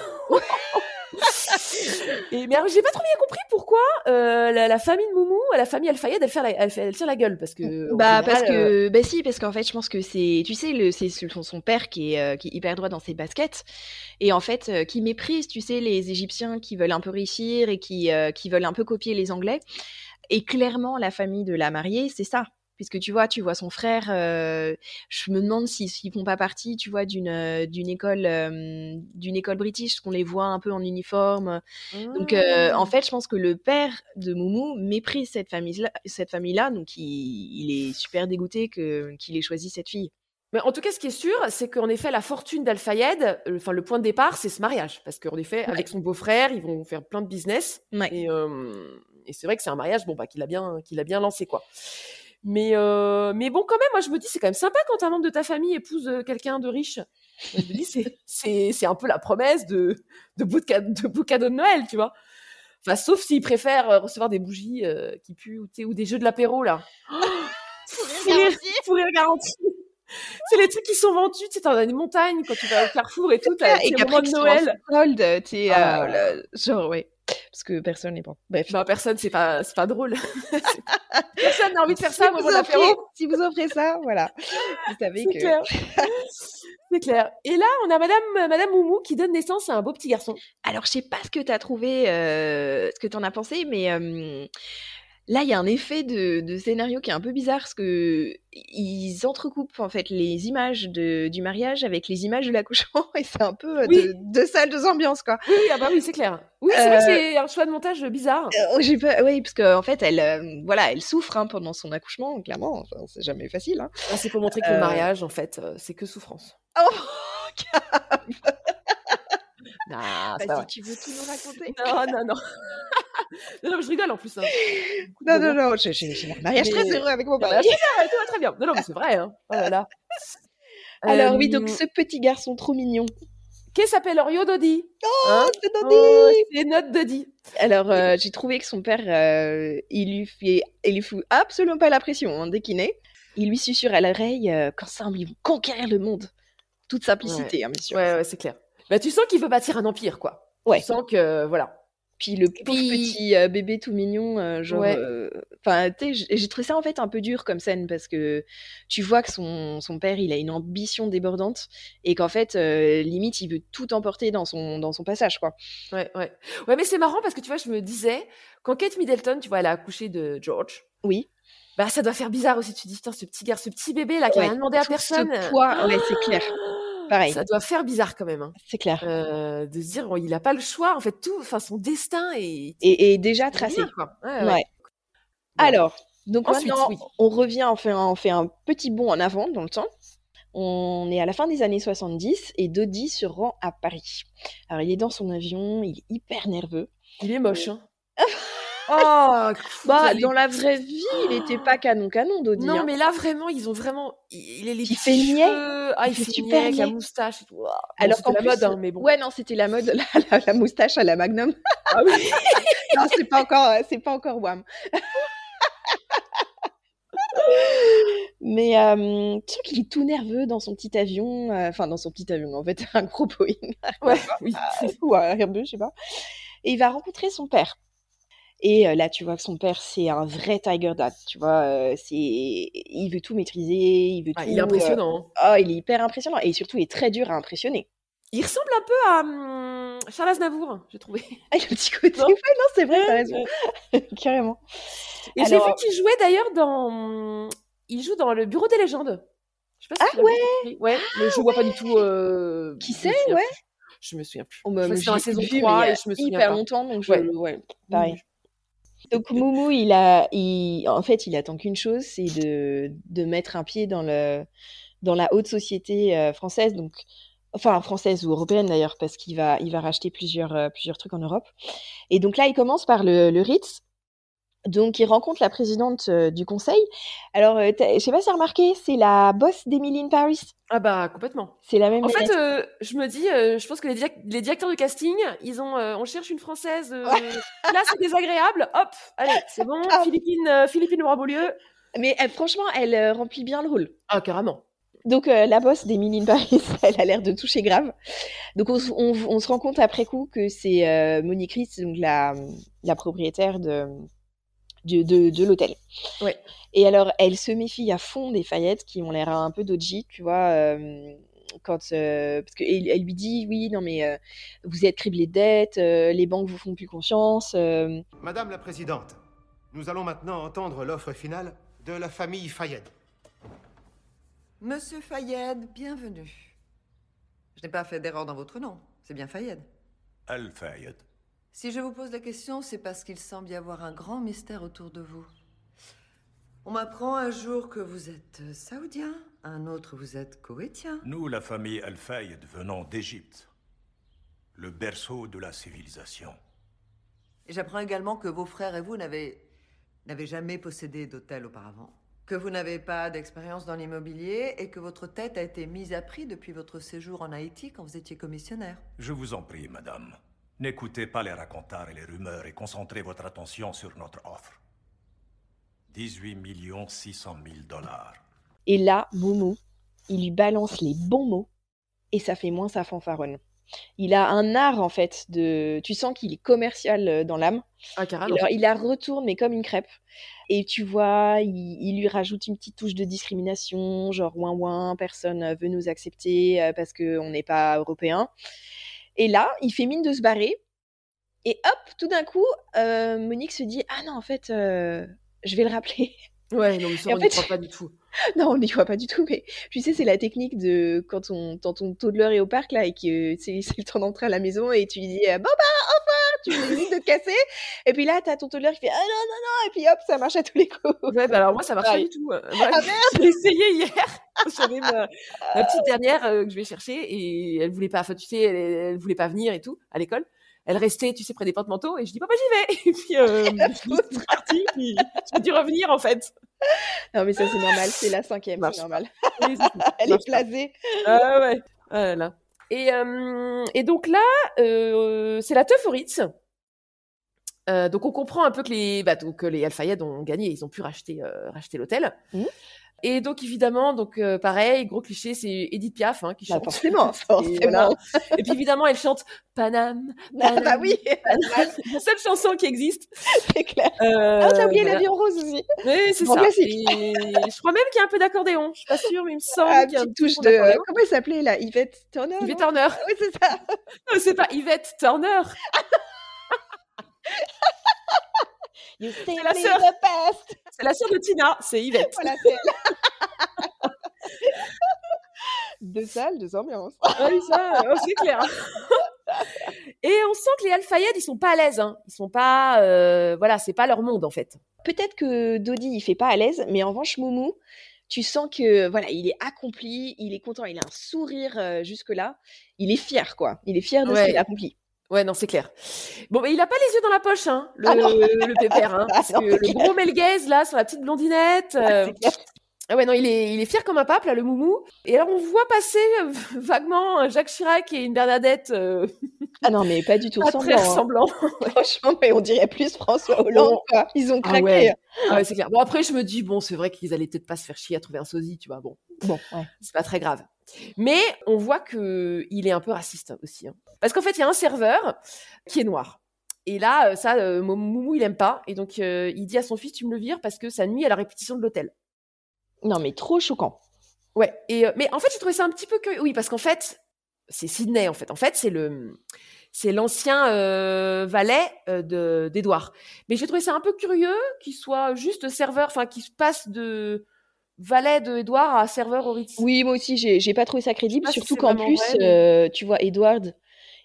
[SPEAKER 1] Et, mais alors, j'ai pas trop bien compris pourquoi euh, la, la famille de Moumou, la famille Al-Fayed, elle, fait la- elle, fait- elle tire la gueule. Parce que, en
[SPEAKER 6] Bah
[SPEAKER 1] général,
[SPEAKER 6] parce
[SPEAKER 1] euh,
[SPEAKER 6] que, bah si, parce qu'en fait, je pense que c'est, tu sais, le, c'est son, son père qui est, euh, qui est hyper droit dans ses baskets et en fait euh, qui méprise, tu sais, les Égyptiens qui veulent un peu réussir et qui, euh, qui veulent un peu copier les Anglais. Et clairement, la famille de la mariée, c'est ça. Puisque tu vois, tu vois son frère. euh, je me demande si- s'ils font pas partie, tu vois, d'une euh, d'une école euh, d'une école british, parce qu'on les voit un peu en uniforme, donc, euh, en fait, je pense que le père de Moumou méprise cette famille-là, cette famille-là donc il, il est super dégoûté que, qu'il ait choisi cette fille.
[SPEAKER 1] Mais en tout cas, ce qui est sûr, c'est qu'en effet, la fortune d'Al-Fayed, euh, enfin, le point de départ, c'est ce mariage. Parce qu'en effet, avec son beau-frère, ils vont faire plein de business.
[SPEAKER 6] Ouais.
[SPEAKER 1] Et, euh, et c'est vrai que c'est un mariage, bon, bah, qu'il a bien, qu'il a bien lancé, quoi. Mais, euh, mais bon, quand même, moi, je me dis, c'est quand même sympa quand un membre de ta famille épouse euh, quelqu'un de riche. Moi, je me dis, c'est, c'est, c'est un peu la promesse de, de, bout de, ca- de beau cadeau de Noël, tu vois. Enfin, sauf s'il préfère euh, recevoir des bougies euh, qui puent ou, tu sais, ou des jeux de l'apéro, là. Sourire Sourire garanti. C'est les trucs qui sont vendus, tu sais, t'en as des montagnes quand tu vas au Carrefour et tout, t'as
[SPEAKER 6] et
[SPEAKER 1] les moments de
[SPEAKER 6] qu'ils sont en
[SPEAKER 1] Noël.
[SPEAKER 6] solde, tu sais,
[SPEAKER 1] Ah.
[SPEAKER 6] euh, le- genre, ouais. Parce que personne n'est pas. Bref.
[SPEAKER 1] Bah, personne, c'est pas, c'est pas drôle. personne n'a envie de faire ça au
[SPEAKER 6] si,
[SPEAKER 1] moment
[SPEAKER 6] vous
[SPEAKER 1] de l'apéro.
[SPEAKER 6] offrez, si vous offrez ça, voilà. Vous savez
[SPEAKER 1] C'est
[SPEAKER 6] que.
[SPEAKER 1] clair. C'est clair. Et là, on a Madame, Madame Moumou qui donne naissance à un beau petit garçon.
[SPEAKER 6] Alors, je sais pas ce que tu as trouvé, euh, ce que tu en as pensé, mais euh, là, il y a un effet de, de scénario qui est un peu bizarre, parce que ils entrecoupent en fait les images de- du mariage avec les images de l'accouchement, et c'est un peu euh,
[SPEAKER 1] Oui.
[SPEAKER 6] de- deux salles, deux ambiances, quoi.
[SPEAKER 1] Oui, oui, ah bah oui, c'est clair. Oui, c'est vrai que
[SPEAKER 6] Euh,
[SPEAKER 1] c'est un choix de montage bizarre.
[SPEAKER 6] Euh, j'ai pas- oui, parce qu'en fait, elle, euh, voilà, elle souffre hein, pendant son accouchement, clairement, Enfin, c'est jamais facile. hein.
[SPEAKER 1] Ah, c'est pour montrer que
[SPEAKER 6] euh,
[SPEAKER 1] le mariage, en fait, euh, c'est que souffrance.
[SPEAKER 6] Oh,
[SPEAKER 1] Ah, c'est pas
[SPEAKER 6] bah, si
[SPEAKER 1] vrai.
[SPEAKER 6] tu veux tout nous raconter.
[SPEAKER 1] Non, non, non. non, non, mais je rigole en plus. hein.
[SPEAKER 6] Non, non, bah non, j'ai j'ai- j'ai un mariage
[SPEAKER 1] Mais-
[SPEAKER 6] très heureux avec mon
[SPEAKER 1] Non, mais
[SPEAKER 6] mari.
[SPEAKER 1] c'est vrai, Ah, tout va très bien. Non, non, mais c'est vrai. Hein. Oh là là.
[SPEAKER 6] Alors,
[SPEAKER 1] Euh,
[SPEAKER 6] oui, donc ce petit garçon trop mignon.
[SPEAKER 1] Qui s'appelle Orio Dodi. Hein
[SPEAKER 6] Oh, c'est dandy
[SPEAKER 1] Oh, c'est notre Dodi.
[SPEAKER 6] Alors, euh, j'ai trouvé que son père, euh, il lui fait, il lui fout absolument pas la pression hein, dès qu'il naît. Il lui susurre à l'oreille euh, qu'ensemble ils vont conquérir le monde. Toute simplicité, hein, bien sûr.
[SPEAKER 1] Ouais, ouais, c'est clair. Bah, tu sens qu'il veut bâtir un empire, quoi.
[SPEAKER 6] Ouais.
[SPEAKER 1] Tu sens que, voilà.
[SPEAKER 6] Puis le pauvre
[SPEAKER 1] Puis-
[SPEAKER 6] petit euh, bébé tout mignon, euh, genre,
[SPEAKER 1] Ouais.
[SPEAKER 6] euh, enfin, tu sais, j- j'ai trouvé ça en fait un peu dur comme scène parce que tu vois que son, son père, il a une ambition débordante et qu'en fait, euh, limite, il veut tout emporter dans son dans son passage, quoi.
[SPEAKER 1] Ouais, ouais. Ouais, mais c'est marrant parce que, tu vois, je me disais, quand Kate Middleton, tu vois, elle a accouché de George,
[SPEAKER 6] Oui.
[SPEAKER 1] bah, ça doit faire bizarre aussi. Tu te dis, putain, ce petit gars, ce petit bébé, là, qui a
[SPEAKER 6] Ouais.
[SPEAKER 1] rien demandé à
[SPEAKER 6] Tout
[SPEAKER 1] personne.
[SPEAKER 6] Ce poids, ouais, c'est clair. Pareil,
[SPEAKER 1] Ça doit faire bizarre quand même, hein.
[SPEAKER 6] c'est clair.
[SPEAKER 1] Euh, de se dire, oh, il n'a pas le choix, en fait, tout, enfin, son destin est
[SPEAKER 6] Et, et déjà
[SPEAKER 1] est
[SPEAKER 6] tracé.
[SPEAKER 1] bien, quoi. Ouais, ouais.
[SPEAKER 6] Ouais. Alors, donc
[SPEAKER 1] Ensuite,
[SPEAKER 6] maintenant,
[SPEAKER 1] oui.
[SPEAKER 6] on revient, on fait, un, on fait un petit bond en avant dans le temps. On est à la fin des années 70 et Dodi se rend à Paris. Alors, il est dans son avion, il est hyper nerveux.
[SPEAKER 1] Il est moche, hein. oh, écoute,
[SPEAKER 6] Bah,
[SPEAKER 1] les-
[SPEAKER 6] dans la vraie vie, il n'était pas canon-canon, Dodi.
[SPEAKER 1] Non,
[SPEAKER 6] hein.
[SPEAKER 1] mais là, vraiment, ils ont vraiment. Il il est les petits
[SPEAKER 6] Il fait niais.
[SPEAKER 1] cheveux. Ah, il, fait, super niais avec la
[SPEAKER 6] niais.
[SPEAKER 1] moustache et tout. Ouah. Bon,
[SPEAKER 6] Alors
[SPEAKER 1] c'était
[SPEAKER 6] qu'en
[SPEAKER 1] la
[SPEAKER 6] plus,
[SPEAKER 1] mode, hein, mais bon.
[SPEAKER 6] Ouais, non, c'était la mode, la, la- la moustache à la Magnum.
[SPEAKER 1] Ah oui.
[SPEAKER 6] non, c'est pas encore, euh, c'est pas encore Wham. Mais euh, tu sens qu'il est tout nerveux dans son petit avion, euh, enfin dans son petit avion, en fait, un gros Boeing.
[SPEAKER 1] Ouais, oui.
[SPEAKER 6] ou à Airbus, je sais pas. Et il va rencontrer son père. Et euh, là, tu vois que son père, c'est un vrai Tiger Dad. Tu vois, euh, c'est, il veut tout maîtriser, il veut
[SPEAKER 1] Ah,
[SPEAKER 6] tout.
[SPEAKER 1] il est
[SPEAKER 6] euh,
[SPEAKER 1] impressionnant. hein.
[SPEAKER 6] Oh, il est hyper impressionnant et surtout, il est très dur à impressionner.
[SPEAKER 1] Il ressemble un peu à hum, Charles Aznavour, j'ai trouvé.
[SPEAKER 6] Ah, il a un petit côté.
[SPEAKER 1] Non.
[SPEAKER 6] Ouais, non, c'est vrai, t'as raison. Carrément.
[SPEAKER 1] Et j'ai vu
[SPEAKER 6] Alors-
[SPEAKER 1] qu'il jouait d'ailleurs dans. Il joue dans le Bureau des légendes. Je sais pas si
[SPEAKER 6] Ah
[SPEAKER 1] tu l'as bien compris. Ouais, mais je vois pas du tout. euh,
[SPEAKER 6] Qui
[SPEAKER 1] je me
[SPEAKER 6] c'est,
[SPEAKER 1] souviens
[SPEAKER 6] ouais.
[SPEAKER 1] plus. Je me souviens plus.
[SPEAKER 6] On
[SPEAKER 1] je crois
[SPEAKER 6] me
[SPEAKER 1] que c'est dans la saison
[SPEAKER 6] bah, vu,
[SPEAKER 1] 3
[SPEAKER 6] mais
[SPEAKER 1] et je me souviens
[SPEAKER 6] hyper
[SPEAKER 1] pas.
[SPEAKER 6] longtemps, donc je.
[SPEAKER 1] Ouais. Mm.
[SPEAKER 6] ouais, pareil. Donc Moumou, il a, il- en fait, il attend qu'une chose, c'est de, de mettre un pied dans, le, dans la haute société euh, française, donc, enfin française ou européenne d'ailleurs, parce qu'il va, il va racheter plusieurs, euh, plusieurs trucs en Europe. Et donc là, il commence par le, le Ritz. Donc il rencontre la présidente euh, du conseil. Alors, euh, t'as- je sais pas si t'as remarqué, c'est la boss d'Emily in Paris.
[SPEAKER 1] Ah bah complètement.
[SPEAKER 6] C'est la même.
[SPEAKER 1] En fait,
[SPEAKER 6] menace.
[SPEAKER 1] euh, je me dis, euh, je pense que les, direc- les directeurs de casting, ils ont, euh, on cherche une française. euh, Là, c'est désagréable. Hop, allez, c'est bon.
[SPEAKER 6] Ah.
[SPEAKER 1] Philippine, euh, Philippine Brabolieu.
[SPEAKER 6] Mais elle- franchement, elle euh, remplit bien le rôle.
[SPEAKER 1] Ah carrément.
[SPEAKER 6] Donc euh, la bosse d'Emily in Paris, elle a l'air de toucher grave. Donc on, se- on- on se rend compte après coup que c'est euh, Monique Ritz, donc la, la propriétaire de, du- de, de l'hôtel.
[SPEAKER 1] Ouais.
[SPEAKER 6] Et alors elle se méfie à fond des Fayettes qui ont l'air un peu dodgy, tu vois. euh, quand euh, parce que elle, elle lui dit oui non mais euh, vous êtes criblé de dettes, euh, les banques vous font plus confiance. euh.
[SPEAKER 8] Madame la Présidente, nous allons maintenant entendre l'offre finale de la famille Fayed.
[SPEAKER 9] Monsieur Fayed, bienvenue. Je n'ai pas fait d'erreur dans votre nom, c'est bien Fayed.
[SPEAKER 10] Al-Fayed.
[SPEAKER 9] Si je vous pose la question, c'est parce qu'il semble y avoir un grand mystère autour de vous. On m'apprend un jour que vous êtes saoudien, un autre vous êtes koweïtien.
[SPEAKER 10] Nous, la famille Al-Fayed, venons d'Égypte, le berceau de la civilisation.
[SPEAKER 9] Et j'apprends également que vos frères et vous n'avez n'avez jamais possédé d'hôtel auparavant, que vous n'avez pas d'expérience dans l'immobilier et que votre tête a été mise à prix depuis votre séjour en Haïti quand vous étiez commissionnaire.
[SPEAKER 10] Je vous en prie, madame, n'écoutez pas les racontars et les rumeurs et concentrez votre attention sur notre offre. 18 600 000 dollars.
[SPEAKER 6] Et là Momo, il lui balance les bons mots et ça fait moins sa fanfaronne. Il a un art en fait de. Tu sens qu'il est commercial euh, dans l'âme.
[SPEAKER 1] Ah carrément.
[SPEAKER 6] Alors, il la retourne mais comme une crêpe. Et tu vois, il, il lui rajoute une petite touche de discrimination, genre ouin ouin, personne euh, veut nous accepter euh, parce que on n'est pas européen. Et là, il fait mine de se barrer. Et hop, tout d'un coup, euh, Monique se dit ah non en fait. euh, Je vais le rappeler.
[SPEAKER 1] Ouais, non mais ça,
[SPEAKER 6] Et en
[SPEAKER 1] on n'y
[SPEAKER 6] fait-
[SPEAKER 1] croit pas du tout.
[SPEAKER 6] non, on n'y voit pas du tout, mais tu sais, c'est la technique de quand on quand ton toddler est au parc là et que c'est c'est le temps d'entrer à la maison et tu lui dis euh, bon bah au revoir, tu lui dis de te casser. Et puis là, t'as ton toddler qui fait ah non non non et puis hop, ça marche à tous les coups.
[SPEAKER 1] Ouais, bah alors moi, ça marche pas
[SPEAKER 6] Pareil.
[SPEAKER 1] du tout. Euh, voilà, j'ai essayé hier. J'avais ma, ma petite dernière euh, que je vais chercher et elle voulait pas, enfin, tu sais, elle, elle voulait pas venir et tout à l'école. Elle restait, tu sais, près des porte-manteaux et je dis, papa, j'y vais. Et puis, euh, je suis partie, puis j'ai dû revenir en fait.
[SPEAKER 6] Non mais ça c'est normal, c'est la cinquième,
[SPEAKER 1] Marche
[SPEAKER 6] c'est normal.
[SPEAKER 1] Et ça, ça
[SPEAKER 6] Elle
[SPEAKER 1] marche
[SPEAKER 6] est
[SPEAKER 1] pas.
[SPEAKER 6] blasée.
[SPEAKER 1] Ah ouais. Ah là là. Et, euh, et donc là, euh, c'est la teuf au Ritz. Euh, donc on comprend un peu que les, bah, donc, que les Al-Fayed ont gagné, ils ont pu racheter, euh, racheter l'hôtel.
[SPEAKER 6] Mhm.
[SPEAKER 1] Et donc évidemment, donc euh, pareil, gros cliché, c'est Edith Piaf hein, qui
[SPEAKER 6] Bah,
[SPEAKER 1] chante.
[SPEAKER 6] forcément,
[SPEAKER 1] Et,
[SPEAKER 6] forcément.
[SPEAKER 1] voilà. et puis évidemment, elle chante Paname,
[SPEAKER 6] Ah, bah oui,
[SPEAKER 1] la seule chanson qui existe.
[SPEAKER 6] c'est clair.
[SPEAKER 1] Euh,
[SPEAKER 6] Ah, t'as oublié
[SPEAKER 1] voilà.
[SPEAKER 6] l'avion rose aussi.
[SPEAKER 1] Oui, c'est
[SPEAKER 6] Grand
[SPEAKER 1] ça.
[SPEAKER 6] classique.
[SPEAKER 1] Et je crois même qu'il y a un peu d'accordéon. Je suis pas sûre, mais il me semble
[SPEAKER 6] Ah,
[SPEAKER 1] qu'il y a un
[SPEAKER 6] petite
[SPEAKER 1] petit
[SPEAKER 6] touche
[SPEAKER 1] fond
[SPEAKER 6] de. euh,
[SPEAKER 1] d'accordéon.
[SPEAKER 6] comment elle s'appelait là Yvette Turner
[SPEAKER 1] Yvette
[SPEAKER 6] non
[SPEAKER 1] Turner.
[SPEAKER 6] Oui, c'est ça.
[SPEAKER 1] Non, C'est pas Yvette Turner.
[SPEAKER 6] You see
[SPEAKER 1] la
[SPEAKER 6] me
[SPEAKER 1] sœur.
[SPEAKER 6] the best.
[SPEAKER 1] C'est la sœur de Tina, c'est Yvette.
[SPEAKER 6] Voilà, c'est elle. deux salles, deux ambiances.
[SPEAKER 1] Oui, ça,
[SPEAKER 6] oh,
[SPEAKER 1] euh, c'est clair. Et on sent que les Al-Fayed, ils sont pas à l'aise. Hein. Ils sont pas, euh, voilà, c'est pas leur monde en fait.
[SPEAKER 6] Peut-être que Dodi il fait pas à l'aise, mais en revanche Moumou, tu sens que voilà, il est accompli, il est content, il a un sourire euh, jusque-là, il est fier quoi, il est fier de
[SPEAKER 1] Ouais.
[SPEAKER 6] ce qu'il a accompli.
[SPEAKER 1] Ouais, non, c'est clair. Bon, mais il a pas les yeux dans la poche, hein, le,
[SPEAKER 6] Ah non.
[SPEAKER 1] le pépère. Hein,
[SPEAKER 6] Ah
[SPEAKER 1] parce
[SPEAKER 6] non,
[SPEAKER 1] que
[SPEAKER 6] c'est
[SPEAKER 1] le gros Melguez, là, sur la petite blondinette. euh,
[SPEAKER 6] C'est clair.
[SPEAKER 1] Ah ouais, non, il est, il est fier comme un pape, là, le moumou. Et alors, on voit passer euh, vaguement un Jacques Chirac et une Bernadette euh,
[SPEAKER 6] Ah non mais pas du tout
[SPEAKER 1] pas très
[SPEAKER 6] ressemblant. hein.
[SPEAKER 1] ressemblants.
[SPEAKER 6] Franchement, mais on dirait plus François Hollande.
[SPEAKER 1] Oh.
[SPEAKER 6] quoi. Ils ont
[SPEAKER 1] Ah
[SPEAKER 6] craqué.
[SPEAKER 1] ouais. Ah ouais, c'est clair. Bon, après, je me dis, bon, c'est vrai qu'ils allaient peut-être pas se faire chier à trouver un sosie, tu vois. Bon,
[SPEAKER 6] Bon, ouais.
[SPEAKER 1] c'est pas très grave. Mais on voit que il est un peu raciste aussi. hein. Parce qu'en fait, il y a un serveur qui est noir. Et là, euh, ça, euh, Mou- Moumou, il aime pas. Et donc, euh, il dit à son fils, tu me le vires parce que ça nuit à la répétition de l'hôtel.
[SPEAKER 6] Non mais trop choquant.
[SPEAKER 1] Ouais. Et, euh, mais en fait, j'ai trouvé ça un petit peu curieux. Oui, parce qu'en fait, c'est Sydney en fait. En fait, c'est le c'est l'ancien euh, valet euh, de- d'Edouard. Mais j'ai trouvé ça un peu curieux qu'il soit juste serveur, enfin qu'il se passe de valet de Edouard à serveur au Ritz.
[SPEAKER 6] Oui, moi aussi, j'ai j'ai pas trouvé ça crédible,
[SPEAKER 1] pas si
[SPEAKER 6] surtout
[SPEAKER 1] c'est
[SPEAKER 6] qu'en
[SPEAKER 1] vraiment
[SPEAKER 6] plus,
[SPEAKER 1] vrai, mais-
[SPEAKER 6] euh, tu vois, Edward,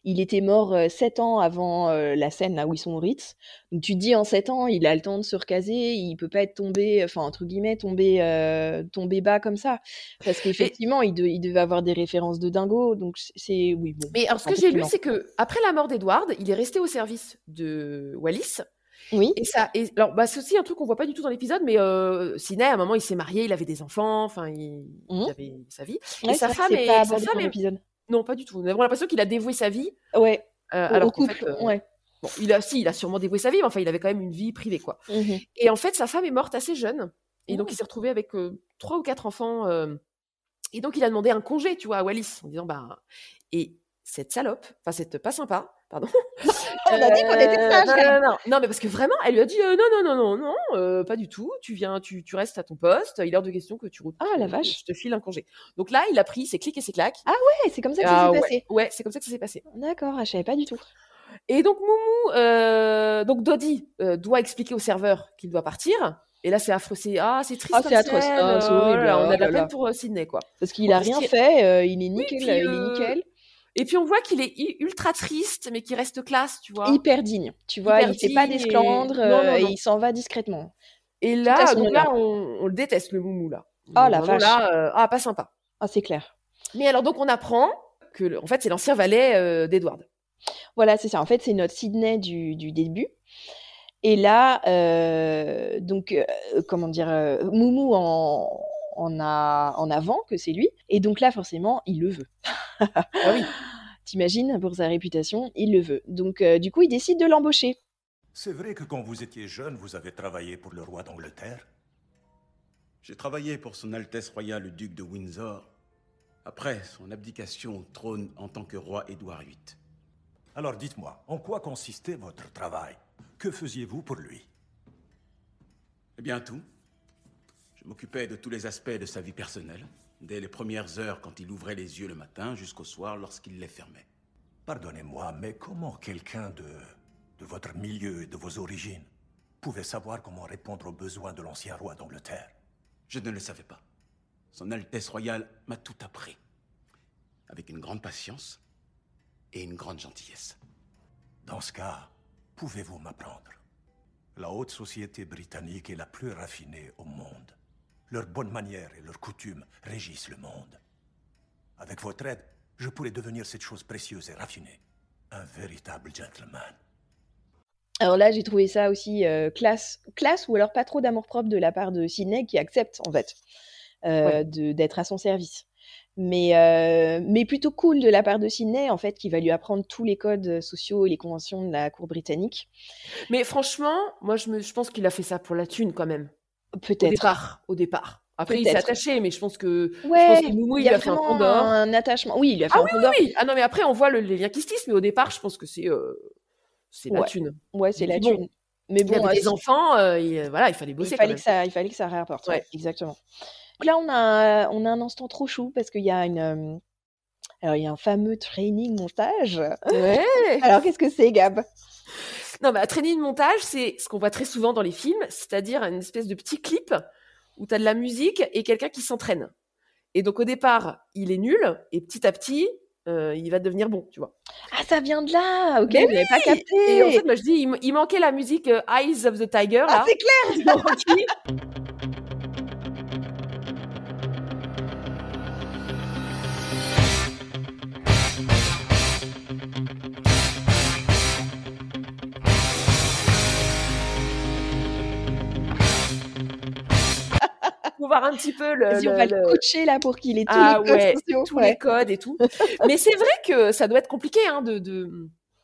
[SPEAKER 6] il était mort 7 ans avant euh, la scène là où ils sont au Ritz. Donc tu te dis en 7 ans, il a le temps de se recaser, il peut pas être tombé, enfin entre guillemets, tombé, euh, tombé bas comme ça. Parce qu'effectivement, il, de- il devait avoir des références de dingo, donc c'est. Oui, bon.
[SPEAKER 1] Mais alors, ce
[SPEAKER 6] un
[SPEAKER 1] que
[SPEAKER 6] peu
[SPEAKER 1] j'ai
[SPEAKER 6] plus
[SPEAKER 1] lu,
[SPEAKER 6] lent.
[SPEAKER 1] c'est que après la mort d'Edward, il est resté au service de Wallis.
[SPEAKER 6] Oui.
[SPEAKER 1] Et ça, et, alors, bah, c'est aussi un truc qu'on voit pas du tout dans l'épisode, mais euh, Sidney, à un moment, il s'est marié, il avait des enfants, enfin, il, il
[SPEAKER 6] Mmh.
[SPEAKER 1] avait sa vie.
[SPEAKER 6] Ouais,
[SPEAKER 1] et sa
[SPEAKER 6] c'est vrai que
[SPEAKER 1] femme
[SPEAKER 6] c'est
[SPEAKER 1] est.
[SPEAKER 6] pas
[SPEAKER 1] sa
[SPEAKER 6] abordé dans
[SPEAKER 1] femme est-
[SPEAKER 6] l'épisode.
[SPEAKER 1] Non, pas du tout. On a vraiment l'impression qu'il a dévoué sa vie.
[SPEAKER 6] Ouais.
[SPEAKER 1] Euh,
[SPEAKER 6] Au- au
[SPEAKER 1] alors qu'en
[SPEAKER 6] couple,
[SPEAKER 1] fait, euh,
[SPEAKER 6] ouais.
[SPEAKER 1] bon, il a, si, il a sûrement dévoué sa vie, mais enfin, il avait quand même une vie privée, quoi.
[SPEAKER 6] Mhm.
[SPEAKER 1] Et en fait, sa femme est morte assez jeune. Et donc,
[SPEAKER 6] Oh.
[SPEAKER 1] il s'est retrouvé avec euh, trois ou quatre enfants. euh, et donc, il a demandé un congé, tu vois, à Wallis, en disant, bah. Et cette salope, enfin, cette pas sympa, pardon.
[SPEAKER 6] On a dit qu'on était
[SPEAKER 1] Euh,
[SPEAKER 6] sages,
[SPEAKER 1] Non,
[SPEAKER 6] là.
[SPEAKER 1] non, non, non. Non, mais parce que vraiment, elle lui a dit, euh, non, non, non, non, non, euh, pas du tout. Tu viens, tu, tu restes à ton poste. Il est hors de question que tu routes. Ah, la vache. Je te file un congé. Donc là, il a pris ses clics et ses claques.
[SPEAKER 6] Ah ouais, c'est comme ça que ça
[SPEAKER 1] Ah
[SPEAKER 6] s'est
[SPEAKER 1] ouais,
[SPEAKER 6] passé.
[SPEAKER 1] Ouais, c'est comme ça que ça s'est passé.
[SPEAKER 6] D'accord, ah, je savais pas du tout.
[SPEAKER 1] Et donc Moumou, euh, donc Dodi euh, doit expliquer au serveur qu'il doit partir. Et là, c'est affreux, c'est ah, c'est triste.
[SPEAKER 6] Ah,
[SPEAKER 1] comme
[SPEAKER 6] c'est atroce.
[SPEAKER 1] scène,
[SPEAKER 6] Ah, c'est
[SPEAKER 1] oh là
[SPEAKER 6] horrible,
[SPEAKER 1] là, on
[SPEAKER 6] oh
[SPEAKER 1] a de la
[SPEAKER 6] là
[SPEAKER 1] peine
[SPEAKER 6] là.
[SPEAKER 1] pour euh, Sydney, quoi.
[SPEAKER 6] Parce qu'il a
[SPEAKER 1] Bon,
[SPEAKER 6] rien
[SPEAKER 1] parce qu'il-
[SPEAKER 6] fait, euh, il est nickel,
[SPEAKER 1] puis,
[SPEAKER 6] là, il
[SPEAKER 1] euh,
[SPEAKER 6] est nickel.
[SPEAKER 1] Et puis on voit qu'il est hi- ultra triste, mais qu'il reste classe, tu vois.
[SPEAKER 6] Hyper digne, tu vois,
[SPEAKER 1] Hyper
[SPEAKER 6] il fait pas
[SPEAKER 1] digne et-
[SPEAKER 6] d'esclandre
[SPEAKER 1] Non, non,
[SPEAKER 6] euh, et
[SPEAKER 1] non.
[SPEAKER 6] il s'en va discrètement.
[SPEAKER 1] Et
[SPEAKER 6] Tout à
[SPEAKER 1] là,
[SPEAKER 6] son
[SPEAKER 1] donc là,
[SPEAKER 6] honneur.
[SPEAKER 1] on, on le déteste le Moumou là.
[SPEAKER 6] Ah, la
[SPEAKER 1] Vraiment,
[SPEAKER 6] vache.
[SPEAKER 1] Là, euh, ah pas sympa.
[SPEAKER 6] Ah, c'est clair.
[SPEAKER 1] Mais alors donc on apprend que le- en fait c'est l'ancien valet euh, d'Edward.
[SPEAKER 6] Voilà, c'est ça. En fait, c'est notre Sydney du, du début. Et là, euh, donc, euh, comment dire, euh, Moumou en, en, a, en avant, que c'est lui. Et donc là, forcément, il le veut.
[SPEAKER 1] ah oui.
[SPEAKER 6] T'imagines, pour sa réputation, il le veut. Donc, euh, du coup, il décide de l'embaucher.
[SPEAKER 10] C'est vrai que quand vous étiez jeune, vous avez travaillé pour le roi d'Angleterre
[SPEAKER 11] J'ai travaillé pour son Altesse royale le duc de Windsor. Après son abdication au trône en tant que roi Édouard VIII.
[SPEAKER 10] Alors dites-moi, en quoi consistait votre travail Que faisiez-vous pour lui
[SPEAKER 11] Eh bien tout. Je m'occupais de tous les aspects de sa vie personnelle, dès les premières heures quand il ouvrait les yeux le matin jusqu'au soir lorsqu'il les fermait.
[SPEAKER 10] Pardonnez-moi, mais comment quelqu'un de... de votre milieu et de vos origines pouvait savoir comment répondre aux besoins de l'ancien roi d'Angleterre
[SPEAKER 11] Je ne le savais pas. Son Altesse royale m'a tout appris. Avec une grande patience et une grande gentillesse.
[SPEAKER 10] Dans ce cas, pouvez-vous m'apprendre La haute société britannique est la plus raffinée au monde. Leurs bonnes manières et leurs coutumes régissent le monde. Avec votre aide, je pourrais devenir cette chose précieuse et raffinée. Un véritable gentleman.
[SPEAKER 6] Alors là, j'ai trouvé ça aussi euh, classe, classe ou alors pas trop d'amour-propre de la part de Sydney qui accepte, en fait, euh, de- d'être à son service. Mais, euh, mais plutôt cool de la part de Sydney, en fait, qui va lui apprendre tous les codes sociaux et les conventions de la cour britannique.
[SPEAKER 1] Mais franchement, moi je me, je pense qu'il a fait ça pour la thune quand même.
[SPEAKER 6] Peut-être.
[SPEAKER 1] Au départ, au départ. Après, il s'est
[SPEAKER 6] Peut-être.
[SPEAKER 1] attaché, mais je pense que, je
[SPEAKER 6] Ouais,
[SPEAKER 1] pense que Moumou,
[SPEAKER 6] il
[SPEAKER 1] il,
[SPEAKER 6] y a
[SPEAKER 1] a fait un
[SPEAKER 6] vraiment
[SPEAKER 1] pont d'or.
[SPEAKER 6] un attachement. Oui, il lui a fait
[SPEAKER 1] ah
[SPEAKER 6] un
[SPEAKER 1] oui,
[SPEAKER 6] pont
[SPEAKER 1] oui,
[SPEAKER 6] d'or.
[SPEAKER 1] oui. Ah non, mais après, on voit le- les liens qui se tissent, mais au départ, je pense que c'est euh, c'est la
[SPEAKER 6] Ouais.
[SPEAKER 1] thune.
[SPEAKER 6] Ouais, c'est
[SPEAKER 1] Et
[SPEAKER 6] la
[SPEAKER 1] puis bon,
[SPEAKER 6] thune. Mais
[SPEAKER 1] il
[SPEAKER 6] bon,
[SPEAKER 1] y
[SPEAKER 6] euh,
[SPEAKER 1] avait des
[SPEAKER 6] si-
[SPEAKER 1] enfants, euh, il, voilà, il fallait
[SPEAKER 6] il
[SPEAKER 1] bosser quand
[SPEAKER 6] fallait,
[SPEAKER 1] même.
[SPEAKER 6] que ça, il fallait que ça réapporte. ouais, exactement. Donc là, on a, on a un instant trop chou parce qu'il y a une. euh, alors, il y a un fameux training montage.
[SPEAKER 1] Ouais.
[SPEAKER 6] alors, qu'est-ce que c'est, Gab
[SPEAKER 1] Non, mais un training montage, c'est ce qu'on voit très souvent dans les films, c'est-à-dire une espèce de petit clip où tu as de la musique et quelqu'un qui s'entraîne. Et donc, au départ, il est nul, et petit à petit, euh, il va devenir bon, tu vois.
[SPEAKER 6] Ah, ça vient de là Ok,
[SPEAKER 1] Mais
[SPEAKER 6] vous n'avez pas
[SPEAKER 1] oui
[SPEAKER 6] capté
[SPEAKER 1] Et Ah, en fait, moi, je dis, il, m- il manquait la musique euh, Eyes of the Tiger, là.
[SPEAKER 6] Ah, c'est clair
[SPEAKER 1] Ils l'ont repris. Pour voir un petit peu le.
[SPEAKER 6] Vas-y, on
[SPEAKER 1] le-
[SPEAKER 6] va le
[SPEAKER 1] le-
[SPEAKER 6] coacher là pour qu'il ait tous
[SPEAKER 1] ah
[SPEAKER 6] les codes
[SPEAKER 1] ouais,
[SPEAKER 6] sociaux,
[SPEAKER 1] tous
[SPEAKER 6] Euh, ouais.
[SPEAKER 1] les codes et tout. Mais c'est vrai que ça doit être compliqué hein, de, de...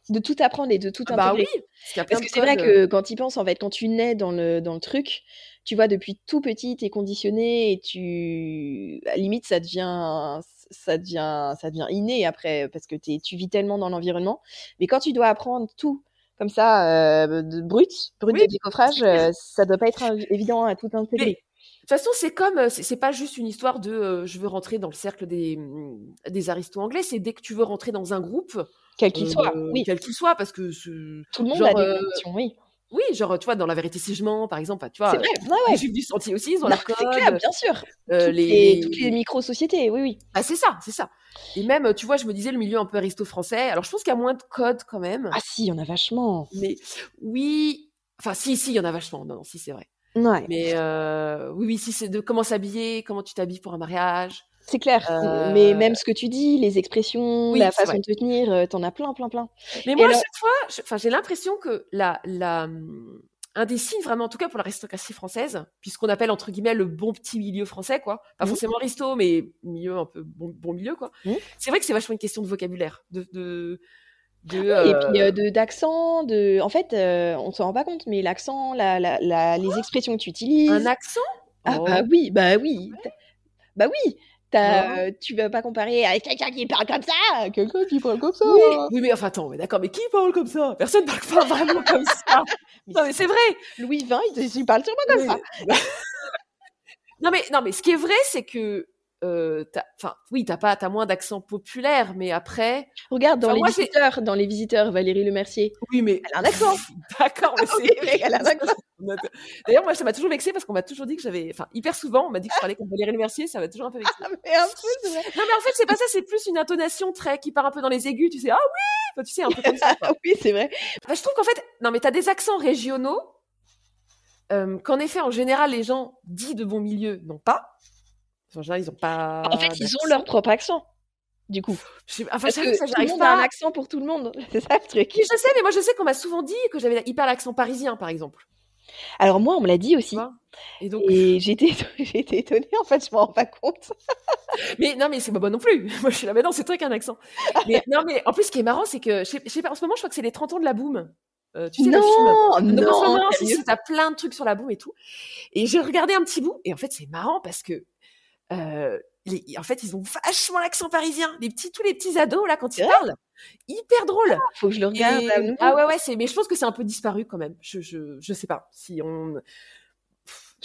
[SPEAKER 6] de tout apprendre et de tout
[SPEAKER 1] Ah bah
[SPEAKER 6] intégrer.
[SPEAKER 1] oui, parce qu'il y a plein
[SPEAKER 6] parce
[SPEAKER 1] de
[SPEAKER 6] que c'est vrai
[SPEAKER 1] codes,
[SPEAKER 6] que quand il pense, en fait, quand tu nais dans le, dans le truc, tu vois, depuis tout petit, t'es conditionné et tu. À la limite, ça devient, ça devient, ça devient inné après, parce que t'es- tu vis tellement dans l'environnement. Mais quand tu dois apprendre tout, comme ça, euh, de brut, brut de décoffrage, euh, ça doit pas être un- évident à tout intégrer.
[SPEAKER 1] toute façon, c'est comme, euh, c'est c'est pas juste une histoire de euh, je veux rentrer dans le cercle des, mm, des aristos anglais, c'est dès que tu veux rentrer dans un groupe. euh,
[SPEAKER 6] Quel qu'il soit, oui.
[SPEAKER 1] Quel qu'il soit, parce que. ce-
[SPEAKER 6] Tout le monde
[SPEAKER 1] genre,
[SPEAKER 6] a des
[SPEAKER 1] euh,
[SPEAKER 6] convictions, oui.
[SPEAKER 1] Oui, genre, tu vois, dans La Vérité, si je mens, par exemple, tu vois.
[SPEAKER 6] C'est vrai,
[SPEAKER 1] euh,
[SPEAKER 6] ah, ouais, ouais.
[SPEAKER 1] Les Juifs du Sentier aussi, ils ont leur
[SPEAKER 6] Narcos
[SPEAKER 1] code.
[SPEAKER 6] Club, bien sûr.
[SPEAKER 1] euh,
[SPEAKER 6] toutes, les... toutes les micro-sociétés, oui, oui.
[SPEAKER 1] Ah, c'est ça, c'est ça. Et même, euh, tu vois, je me disais le milieu un peu aristo-français. Alors, je pense qu'il y a moins de codes quand même.
[SPEAKER 6] Ah si, il y en a vachement.
[SPEAKER 1] Mais oui, enfin, si, si, il y en a vachement. Non, non, si, c'est vrai.
[SPEAKER 6] Ouais.
[SPEAKER 1] Mais euh, oui, oui, si c'est de comment s'habiller, comment tu t'habilles pour un mariage.
[SPEAKER 6] C'est clair.
[SPEAKER 1] Euh,
[SPEAKER 6] Mais même ce que tu dis, les expressions,
[SPEAKER 1] oui,
[SPEAKER 6] la
[SPEAKER 1] c'est
[SPEAKER 6] façon
[SPEAKER 1] vrai.
[SPEAKER 6] de te tenir, euh, t'en as plein, plein, plein.
[SPEAKER 1] Mais
[SPEAKER 6] Et
[SPEAKER 1] moi, à
[SPEAKER 6] alors-
[SPEAKER 1] chaque fois, je- enfin, j'ai l'impression que la, la, hum, un des signes, vraiment, en tout cas pour l'aristocratie française, puisqu'on appelle entre guillemets le bon petit milieu français, quoi, pas
[SPEAKER 6] Mhm.
[SPEAKER 1] forcément aristo, mais milieu un peu bon, bon milieu, quoi.
[SPEAKER 6] Mhm.
[SPEAKER 1] C'est vrai que c'est vachement une question de vocabulaire, de. de, de,
[SPEAKER 6] Et
[SPEAKER 1] euh,
[SPEAKER 6] puis euh, de- d'accent, de... en fait, euh, on s'en rend pas compte, mais l'accent, la, la- la- les expressions que tu utilises.
[SPEAKER 1] un accent
[SPEAKER 6] Ah
[SPEAKER 1] Oh.
[SPEAKER 6] bah oui, bah oui. t'as- Bah oui, t'as,
[SPEAKER 1] Ouais.
[SPEAKER 6] euh, tu vas pas comparer avec quelqu'un qui parle comme ça, quelqu'un qui parle comme ça.
[SPEAKER 1] Oui, oui, mais enfin, attends, mais d'accord, mais qui parle comme ça Personne parle pas vraiment comme ça. Non, mais c'est vrai.
[SPEAKER 6] Louis XX, il, il parle sûrement comme ça.
[SPEAKER 1] Non, mais, non, mais ce qui est vrai, c'est que. euh, t'as- Enfin, oui, t'as pas, t'as moins d'accent populaire, mais après.
[SPEAKER 6] Regarde dans
[SPEAKER 1] Enfin,
[SPEAKER 6] les
[SPEAKER 1] moi, j'ai-
[SPEAKER 6] visiteurs, dans les visiteurs, Valérie Lemercier,
[SPEAKER 1] Oui, mais
[SPEAKER 6] elle a un accent.
[SPEAKER 1] d'accord, mais
[SPEAKER 6] Oui,
[SPEAKER 1] c'est.
[SPEAKER 6] mais elle a un accent.
[SPEAKER 1] D'ailleurs, moi, ça m'a toujours vexé parce qu'on m'a toujours dit que j'avais. Enfin, hyper souvent, on m'a dit que je parlais comme Valérie Le Mercier, ça m'a toujours un peu vexé.
[SPEAKER 6] Mais un peu, c'est vrai.
[SPEAKER 1] Non, Ah, mais en fait, c'est pas ça, c'est plus une intonation très qui part un peu dans les aigus, tu sais, ah oui Enfin, Tu sais, un peu comme ça. quoi.
[SPEAKER 6] Ah oui, c'est vrai.
[SPEAKER 1] Enfin, je trouve qu'en fait, non, mais t'as des accents régionaux euh, qu'en effet, en général, les gens dits de bon milieu n'ont pas. En général, ils n'ont pas.
[SPEAKER 6] en fait, ils ont
[SPEAKER 1] d'accent.
[SPEAKER 6] leur propre accent, du coup.
[SPEAKER 1] Je sais- Ah, Enfin,
[SPEAKER 6] Parce
[SPEAKER 1] j'avoue
[SPEAKER 6] que
[SPEAKER 1] que ça,
[SPEAKER 6] tout le
[SPEAKER 1] j'arrive
[SPEAKER 6] monde a un
[SPEAKER 1] pas.
[SPEAKER 6] accent pour tout le monde. C'est ça le truc.
[SPEAKER 1] Oui, je sais, mais moi, je sais qu'on m'a souvent dit que j'avais hyper l'accent parisien, par exemple.
[SPEAKER 6] Alors moi, on me l'a dit aussi.
[SPEAKER 1] Ouais. Et donc,
[SPEAKER 6] Et j'étais j'étais étonnée, en fait, je m'en rends pas compte.
[SPEAKER 1] mais non, mais c'est pas bon non plus. Moi, je suis là, mais non, c'est toi qui as un accent. Mais non, mais en plus, ce qui est marrant, c'est que je sais, je sais pas. En ce moment, je crois que c'est les 30 ans de la boom. Euh, tu sais le film Donc, en ce moment,
[SPEAKER 6] c'est
[SPEAKER 1] si,
[SPEAKER 6] mieux.
[SPEAKER 1] si, t'as plein de trucs sur la boum et tout. Et j'ai regardé un petit bout, et en fait, c'est marrant parce que, euh, les- en fait, ils ont vachement l'accent parisien. Les petits, tous les petits ados, là, quand ils
[SPEAKER 6] Ouais.
[SPEAKER 1] parlent. Hyper drôle.
[SPEAKER 6] faut que je le regarde.
[SPEAKER 1] Et-
[SPEAKER 6] à nouveau.
[SPEAKER 1] Ah ouais, ouais, c'est, mais je pense que c'est un peu disparu quand même. Je, je, je sais pas si on.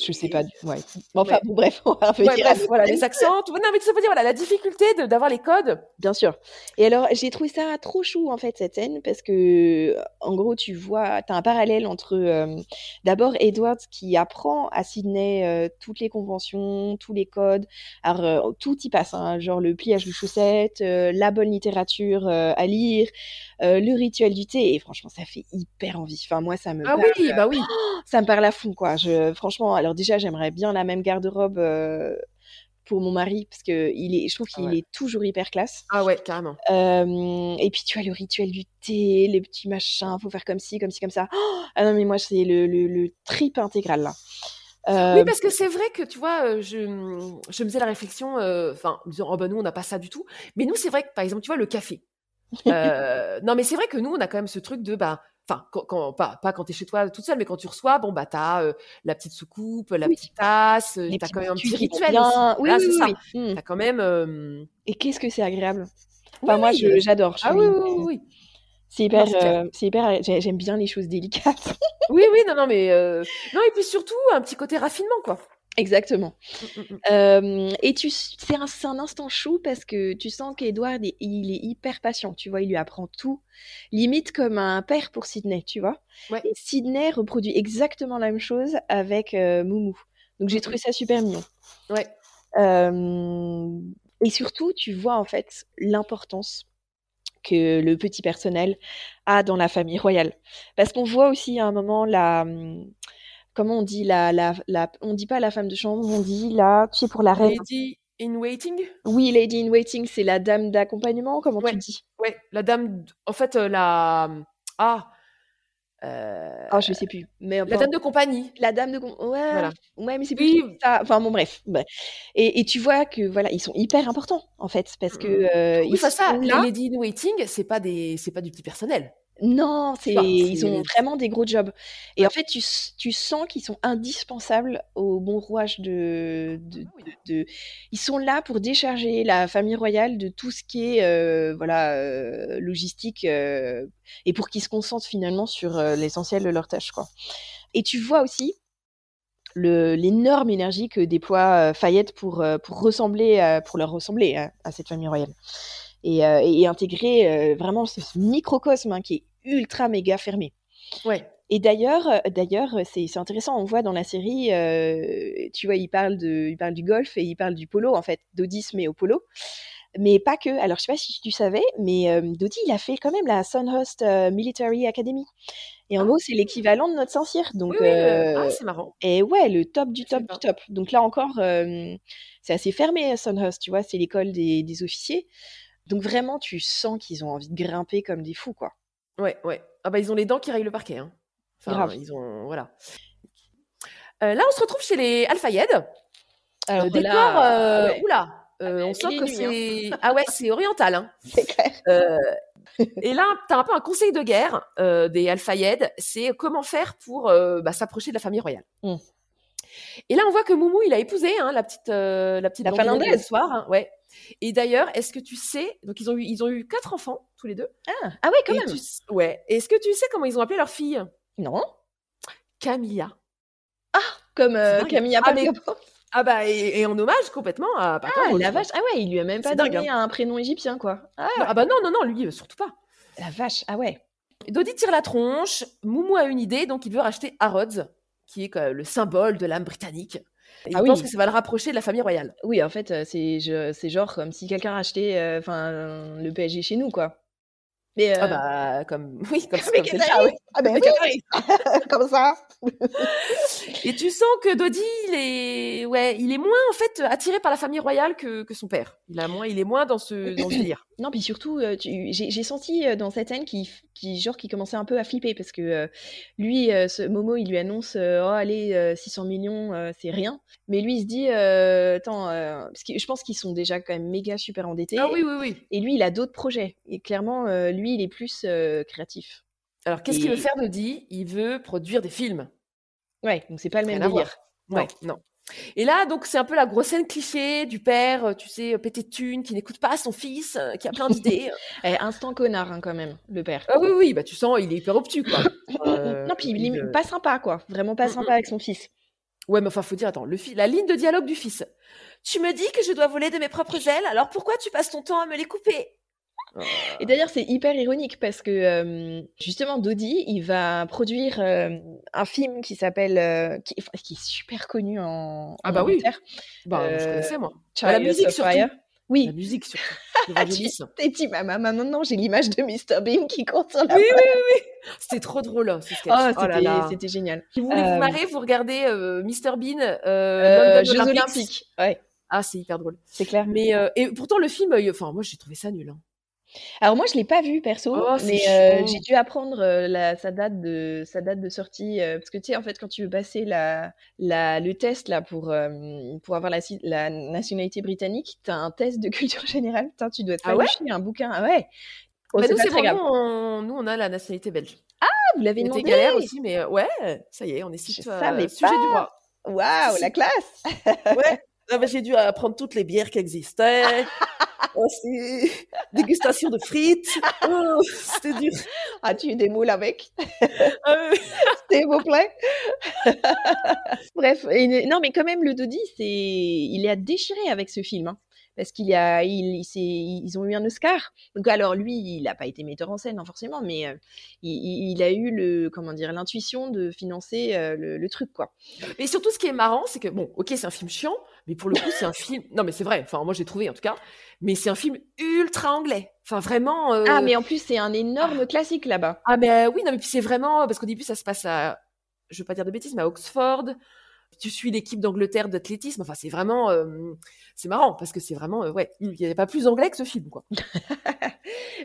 [SPEAKER 6] Je sais pas. Ouais. Mais Enfin,
[SPEAKER 1] Ouais.
[SPEAKER 6] bon, bref, on va revenir
[SPEAKER 1] Ouais,
[SPEAKER 6] à
[SPEAKER 1] bref,
[SPEAKER 6] nos
[SPEAKER 1] voilà,
[SPEAKER 6] thèmes.
[SPEAKER 1] les accents, tout. Non, mais ça veut dire, voilà, la difficulté de- d'avoir les codes.
[SPEAKER 6] Bien sûr. Et alors, j'ai trouvé ça trop chou, en fait, cette scène, parce que, en gros, tu vois, tu as un parallèle entre, euh, d'abord, Edward qui apprend à Sydney euh, toutes les conventions, tous les codes. Alors, euh, tout y passe, hein, genre le pliage de chaussettes, euh, la bonne littérature euh, à lire, euh, le rituel du thé. Et franchement, ça fait hyper envie. Enfin, moi, ça me
[SPEAKER 1] Ah
[SPEAKER 6] parle,
[SPEAKER 1] oui, bah oui.
[SPEAKER 6] ça me parle à fond, quoi. Je, franchement, alors déjà, j'aimerais bien la même garde-robe euh, pour mon mari, parce que il est, je trouve qu'il
[SPEAKER 1] Ah ouais.
[SPEAKER 6] est toujours hyper classe.
[SPEAKER 1] Ah ouais, carrément.
[SPEAKER 6] Euh, et puis tu as le rituel du thé, les petits machins, faut faire comme ci, comme ci, comme ça. Oh ah non, mais moi, c'est le, le, le trip intégral là. Euh,
[SPEAKER 1] Oui, parce que c'est vrai que tu vois, euh, je, je me faisais la réflexion, euh, enfin, en me disant, oh ben nous, on n'a pas ça du tout. Mais nous, c'est vrai que, par exemple, tu vois, le café. Euh, non, mais c'est vrai que nous, on a quand même ce truc de, bah, enfin, quand, quand- pas, pas quand t'es chez toi toute seule, mais quand tu reçois, bon, bah, t'as euh, la petite soucoupe, la
[SPEAKER 6] Oui.
[SPEAKER 1] petite tasse, euh,
[SPEAKER 6] les
[SPEAKER 1] t'as
[SPEAKER 6] petits
[SPEAKER 1] quand même un
[SPEAKER 6] biscuits
[SPEAKER 1] petit
[SPEAKER 6] qui vont
[SPEAKER 1] rituel.
[SPEAKER 6] bien.
[SPEAKER 1] aussi.
[SPEAKER 6] Oui,
[SPEAKER 1] Voilà,
[SPEAKER 6] oui,
[SPEAKER 1] c'est
[SPEAKER 6] oui,
[SPEAKER 1] ça.
[SPEAKER 6] oui. Mm.
[SPEAKER 1] T'as quand même. euh,
[SPEAKER 6] Et qu'est-ce que c'est agréable. Enfin, moi,
[SPEAKER 1] oui,
[SPEAKER 6] je-
[SPEAKER 1] euh,
[SPEAKER 6] j'adore. je
[SPEAKER 1] Ah
[SPEAKER 6] suis-
[SPEAKER 1] oui, oui, oui, oui.
[SPEAKER 6] C'est hyper,
[SPEAKER 1] Non, c'est clair.
[SPEAKER 6] euh, c'est hyper. j'ai- J'aime bien les choses délicates.
[SPEAKER 1] Oui, oui, non, non, mais. euh, Non, et puis surtout, un petit côté raffinement, quoi.
[SPEAKER 6] Exactement.
[SPEAKER 1] Mm, mm, mm.
[SPEAKER 6] Euh, et tu, s- c'est un, c'est un instant chou parce que tu sens qu'Edward, est- il est hyper patient, tu vois, il lui apprend tout, limite comme un père pour Sydney, tu vois.
[SPEAKER 1] Ouais.
[SPEAKER 6] Et Sydney reproduit exactement la même chose avec euh, Moumou. Donc
[SPEAKER 1] Mm,
[SPEAKER 6] j'ai trouvé ça super mignon.
[SPEAKER 1] Ouais.
[SPEAKER 6] Euh, et surtout, tu vois en fait l'importance que le petit personnel a dans la famille royale. Parce qu'on voit aussi à un moment la... hum, Comment on dit la, la, la- On dit pas la femme de chambre, on dit la... Tu sais, pour la reine.
[SPEAKER 1] Lady in waiting
[SPEAKER 6] Oui, Lady in Waiting, c'est la dame d'accompagnement, comment
[SPEAKER 1] Ouais.
[SPEAKER 6] tu dis
[SPEAKER 1] Ouais, la dame. d- En fait, euh, la. Ah euh,
[SPEAKER 6] Ah, je sais plus. Mais
[SPEAKER 1] La
[SPEAKER 6] enfin,
[SPEAKER 1] dame de compagnie.
[SPEAKER 6] la dame de... com- Ouais,
[SPEAKER 1] Voilà.
[SPEAKER 6] ouais mais c'est
[SPEAKER 1] Oui.
[SPEAKER 6] plus ça. Enfin, bon, bref. Ouais. Et, et tu vois que, voilà, ils sont hyper importants, en fait, parce que...
[SPEAKER 1] Mhm.
[SPEAKER 6] euh,
[SPEAKER 1] Oui,
[SPEAKER 6] ils
[SPEAKER 1] enfin, ça,
[SPEAKER 6] sont
[SPEAKER 1] les
[SPEAKER 6] là.
[SPEAKER 1] Lady in Waiting, c'est pas, des... c'est pas du petit personnel.
[SPEAKER 6] Non, c'est...
[SPEAKER 1] pas,
[SPEAKER 6] ils
[SPEAKER 1] c'est-
[SPEAKER 6] ont vraiment des gros jobs. Et en fait, tu, s- tu sens qu'ils sont indispensables au bon rouage de... de- de- Ils sont là pour décharger la famille royale de tout ce qui est, euh, voilà, euh, logistique, euh, et pour qu'ils se concentrent finalement sur euh, l'essentiel de leur tâche, quoi. Et tu vois aussi le- l'énorme énergie que déploie euh, Fayette pour, euh, pour ressembler, euh, pour leur ressembler à, à cette famille royale. Et, euh, et- et intégrer euh, vraiment ce, ce microcosme hein, qui est ultra méga fermé.
[SPEAKER 1] Ouais.
[SPEAKER 6] Et d'ailleurs, euh, d'ailleurs, c'est c'est intéressant. On voit dans la série, euh, tu vois, il parle de, il parle du golf et il parle du polo en fait, Dodis mais au polo, mais pas que. Alors je sais pas si tu savais, mais euh, Dodi il a fait quand même la Sunhurst euh, Military Academy. Et en gros, c'est l'équivalent de notre Saint-Cyr. Donc,
[SPEAKER 1] Ah.
[SPEAKER 6] euh,
[SPEAKER 1] Oui, oui, le- ah, c'est marrant.
[SPEAKER 6] Et ouais, le top du top du top. Donc là encore, euh, c'est assez fermé à Sunhurst, tu vois, c'est l'école des, des officiers. Donc vraiment, tu sens qu'ils ont envie de grimper comme des fous, quoi.
[SPEAKER 1] Ouais, ouais. Ah bah ils ont les dents qui rayent le parquet. Hein. Enfin,
[SPEAKER 6] Grave.
[SPEAKER 1] ils ont voilà. Euh, là, on se retrouve chez les Alfayed.
[SPEAKER 6] Alors,
[SPEAKER 1] Euh, décor,
[SPEAKER 6] là,
[SPEAKER 1] euh,
[SPEAKER 6] ouais.
[SPEAKER 1] oula, euh, on sent
[SPEAKER 6] il est
[SPEAKER 1] que
[SPEAKER 6] nuit,
[SPEAKER 1] c'est ah ouais, c'est oriental. Hein. Euh, et là, t'as un peu un conseil de guerre euh, des Alfayed. C'est comment faire pour euh, bah, s'approcher de la famille royale.
[SPEAKER 6] Mm.
[SPEAKER 1] Et là, on voit que Moumou, il a épousé hein, la petite, euh, la petite
[SPEAKER 6] La
[SPEAKER 1] blondine de
[SPEAKER 6] Finlandaise.
[SPEAKER 1] soir, hein, ouais. Et d'ailleurs, est-ce que tu sais Donc, ils ont eu, ils ont eu quatre enfants tous les deux.
[SPEAKER 6] Ah, ah ouais, quand
[SPEAKER 1] Et
[SPEAKER 6] même.
[SPEAKER 1] tu s- ouais. Est-ce que tu sais comment ils ont appelé leur fille
[SPEAKER 6] Non.
[SPEAKER 1] Camilla.
[SPEAKER 6] Comme euh,
[SPEAKER 1] C'est dingue.
[SPEAKER 6] Camilla
[SPEAKER 1] Ah,
[SPEAKER 6] Parker.
[SPEAKER 1] mais- Ah bah et, et en hommage complètement à. Parker
[SPEAKER 6] Ah, hein.
[SPEAKER 1] Rose,
[SPEAKER 6] la
[SPEAKER 1] quoi.
[SPEAKER 6] vache. Ah ouais, il lui a même pas
[SPEAKER 1] C'est dingue,
[SPEAKER 6] donné un prénom égyptien, quoi. Ah,
[SPEAKER 1] Non, ah bah non non non lui euh, surtout pas.
[SPEAKER 6] La vache. Ah ouais.
[SPEAKER 1] Dodi tire la tronche. Moumou a une idée donc il veut racheter Harrods qui est euh, le symbole de l'âme britannique. Et
[SPEAKER 6] Ah
[SPEAKER 1] il
[SPEAKER 6] oui.
[SPEAKER 1] pense que ça va le rapprocher de la famille royale.
[SPEAKER 6] Oui, en fait, euh, c'est je- c'est genre comme si quelqu'un rachetait euh, enfin, euh, le PSG chez nous, quoi. Mais, euh,
[SPEAKER 1] Ah bah comme oui comme,
[SPEAKER 6] mais
[SPEAKER 1] comme c'est le
[SPEAKER 6] Qatari.
[SPEAKER 1] cas, oui.
[SPEAKER 6] Ah bah oui. comme ça.
[SPEAKER 1] Et tu sens que Dodi il est ouais il est moins en fait attiré par la famille royale que, que son père. Il a moins il est moins dans ce dans ce délire.
[SPEAKER 6] Non, puis surtout, euh, tu- j'ai j'ai senti euh, dans cette scène qui, qui, genre, qui commençait un peu à flipper parce que euh, lui, euh, ce Momo, il lui annonce euh, Oh, allez, euh, 600 millions, euh, c'est rien. Mais lui, il se dit euh, Attends, euh, parce que je pense qu'ils sont déjà quand même méga super endettés.
[SPEAKER 1] Ah oui oui oui.
[SPEAKER 6] Et lui, il a d'autres projets. Et clairement, euh, lui, il est plus euh, créatif.
[SPEAKER 1] Alors qu'est-ce qu'il
[SPEAKER 6] Et-
[SPEAKER 1] veut faire Dodi Il veut produire des films.
[SPEAKER 6] Ouais, donc c'est pas le même
[SPEAKER 1] Rien à
[SPEAKER 6] délire.
[SPEAKER 1] voir. Ouais, non. Et là, donc, c'est un peu la grosse scène cliché du père, euh, tu sais, euh, pété de thunes, qui n'écoute pas son fils, euh, qui a plein d'idées.
[SPEAKER 6] Eh, instant connard, hein, quand même, le père.
[SPEAKER 1] ah oui, oui, bah, tu sens, il est hyper obtus, quoi. Euh,
[SPEAKER 6] non, puis il, est
[SPEAKER 1] euh,
[SPEAKER 6] pas sympa, quoi. Vraiment
[SPEAKER 1] Mm,
[SPEAKER 6] pas sympa avec son fils.
[SPEAKER 1] Ouais, mais enfin, faut dire, attends, le fi- la ligne de dialogue du fils. Tu me dis que je dois voler de mes propres ailes, alors pourquoi tu passes ton temps à me les couper
[SPEAKER 6] Et d'ailleurs, c'est hyper ironique parce que euh, justement, Dodi, il va produire euh, un film qui s'appelle, euh, qui, enfin, qui est super connu en, en
[SPEAKER 1] Ah bah oui.
[SPEAKER 6] Angleterre.
[SPEAKER 1] Bah, je
[SPEAKER 6] Euh,
[SPEAKER 1] connaissais, moi.
[SPEAKER 6] Chariots
[SPEAKER 1] Bah, la musique,
[SPEAKER 6] of
[SPEAKER 1] surtout.
[SPEAKER 6] Fire. Oui.
[SPEAKER 1] La musique, surtout. Le
[SPEAKER 6] Ah, tu
[SPEAKER 1] Vangelis.
[SPEAKER 6] t'es dit, ma maman, maintenant j'ai l'image de Mr. Bean qui court sur la
[SPEAKER 1] Oui,
[SPEAKER 6] plage.
[SPEAKER 1] oui, oui, oui. C'était trop drôle, hein, ce sketch.
[SPEAKER 6] Oh,
[SPEAKER 1] là
[SPEAKER 6] c'était-
[SPEAKER 1] là.
[SPEAKER 6] c'était génial.
[SPEAKER 1] Si vous voulez
[SPEAKER 6] Euh,
[SPEAKER 1] vous marrer, vous regardez euh, Mr Bean, euh,
[SPEAKER 6] euh,
[SPEAKER 1] London
[SPEAKER 6] Jeux
[SPEAKER 1] Olympics.
[SPEAKER 6] Olympiques, ouais,
[SPEAKER 1] Ah, c'est hyper drôle.
[SPEAKER 6] c'est clair.
[SPEAKER 1] Mais euh, et pourtant le film, euh, enfin moi j'ai trouvé ça nul. hein.
[SPEAKER 6] Alors moi, je l'ai pas vu perso,
[SPEAKER 1] Oh, c'est
[SPEAKER 6] mais euh,
[SPEAKER 1] chiant.
[SPEAKER 6] j'ai dû apprendre euh, la, sa date de sa date de sortie euh, parce que tu sais en fait quand tu veux passer la, la le test là pour euh, pour avoir la, ci- la nationalité britannique, t'as un test de culture générale. Putain, tu dois te
[SPEAKER 1] Ah ouais
[SPEAKER 6] falucher un bouquin. Ah ouais. Bon,
[SPEAKER 1] Bah,
[SPEAKER 6] c'est
[SPEAKER 1] nous
[SPEAKER 6] pas
[SPEAKER 1] c'est
[SPEAKER 6] très grave.
[SPEAKER 1] vraiment, on- nous on a la nationalité belge.
[SPEAKER 6] Ah, vous l'avez
[SPEAKER 1] C'était
[SPEAKER 6] demandé.
[SPEAKER 1] galère aussi, mais euh, ouais, ça y est, on est
[SPEAKER 6] Je
[SPEAKER 1] situé
[SPEAKER 6] savais
[SPEAKER 1] sujet
[SPEAKER 6] pas.
[SPEAKER 1] du droit.
[SPEAKER 6] Waouh, la classe.
[SPEAKER 1] Ouais. Ah, bah, j'ai dû apprendre toutes les bières qui existaient. aussi dégustation de frites. Oh, c'était dur.
[SPEAKER 6] As-tu des moules avec,
[SPEAKER 1] Ah, oui.
[SPEAKER 6] s'il vous plaît Bref, et ne- non mais quand même le Dodi, c'est il est à déchirer avec ce film. hein, Parce qu'il y a, il, il s'est- ils ont eu un Oscar. Donc alors lui, il n'a pas été metteur en scène, hein, forcément, mais euh, il, il- il a eu le, comment dire, l'intuition de financer euh, le, le truc, quoi.
[SPEAKER 1] Mais surtout, ce qui est marrant, c'est que bon, ok, c'est un film chiant, mais pour le coup, c'est un film. Non, mais c'est vrai. Enfin, moi, j'ai trouvé en tout cas. Mais c'est un film ultra anglais. Enfin, vraiment. euh,
[SPEAKER 6] Ah, mais en plus, c'est un énorme classique là-bas.
[SPEAKER 1] Ah mais euh, oui, non mais puis c'est vraiment parce qu'au début ça se passe à, je veux pas dire de bêtises, mais à Oxford. Tu suis l'équipe d'Angleterre d'athlétisme. Enfin, c'est vraiment, euh, c'est marrant parce que c'est vraiment, euh, ouais, il n'y avait pas plus anglais que ce film, quoi.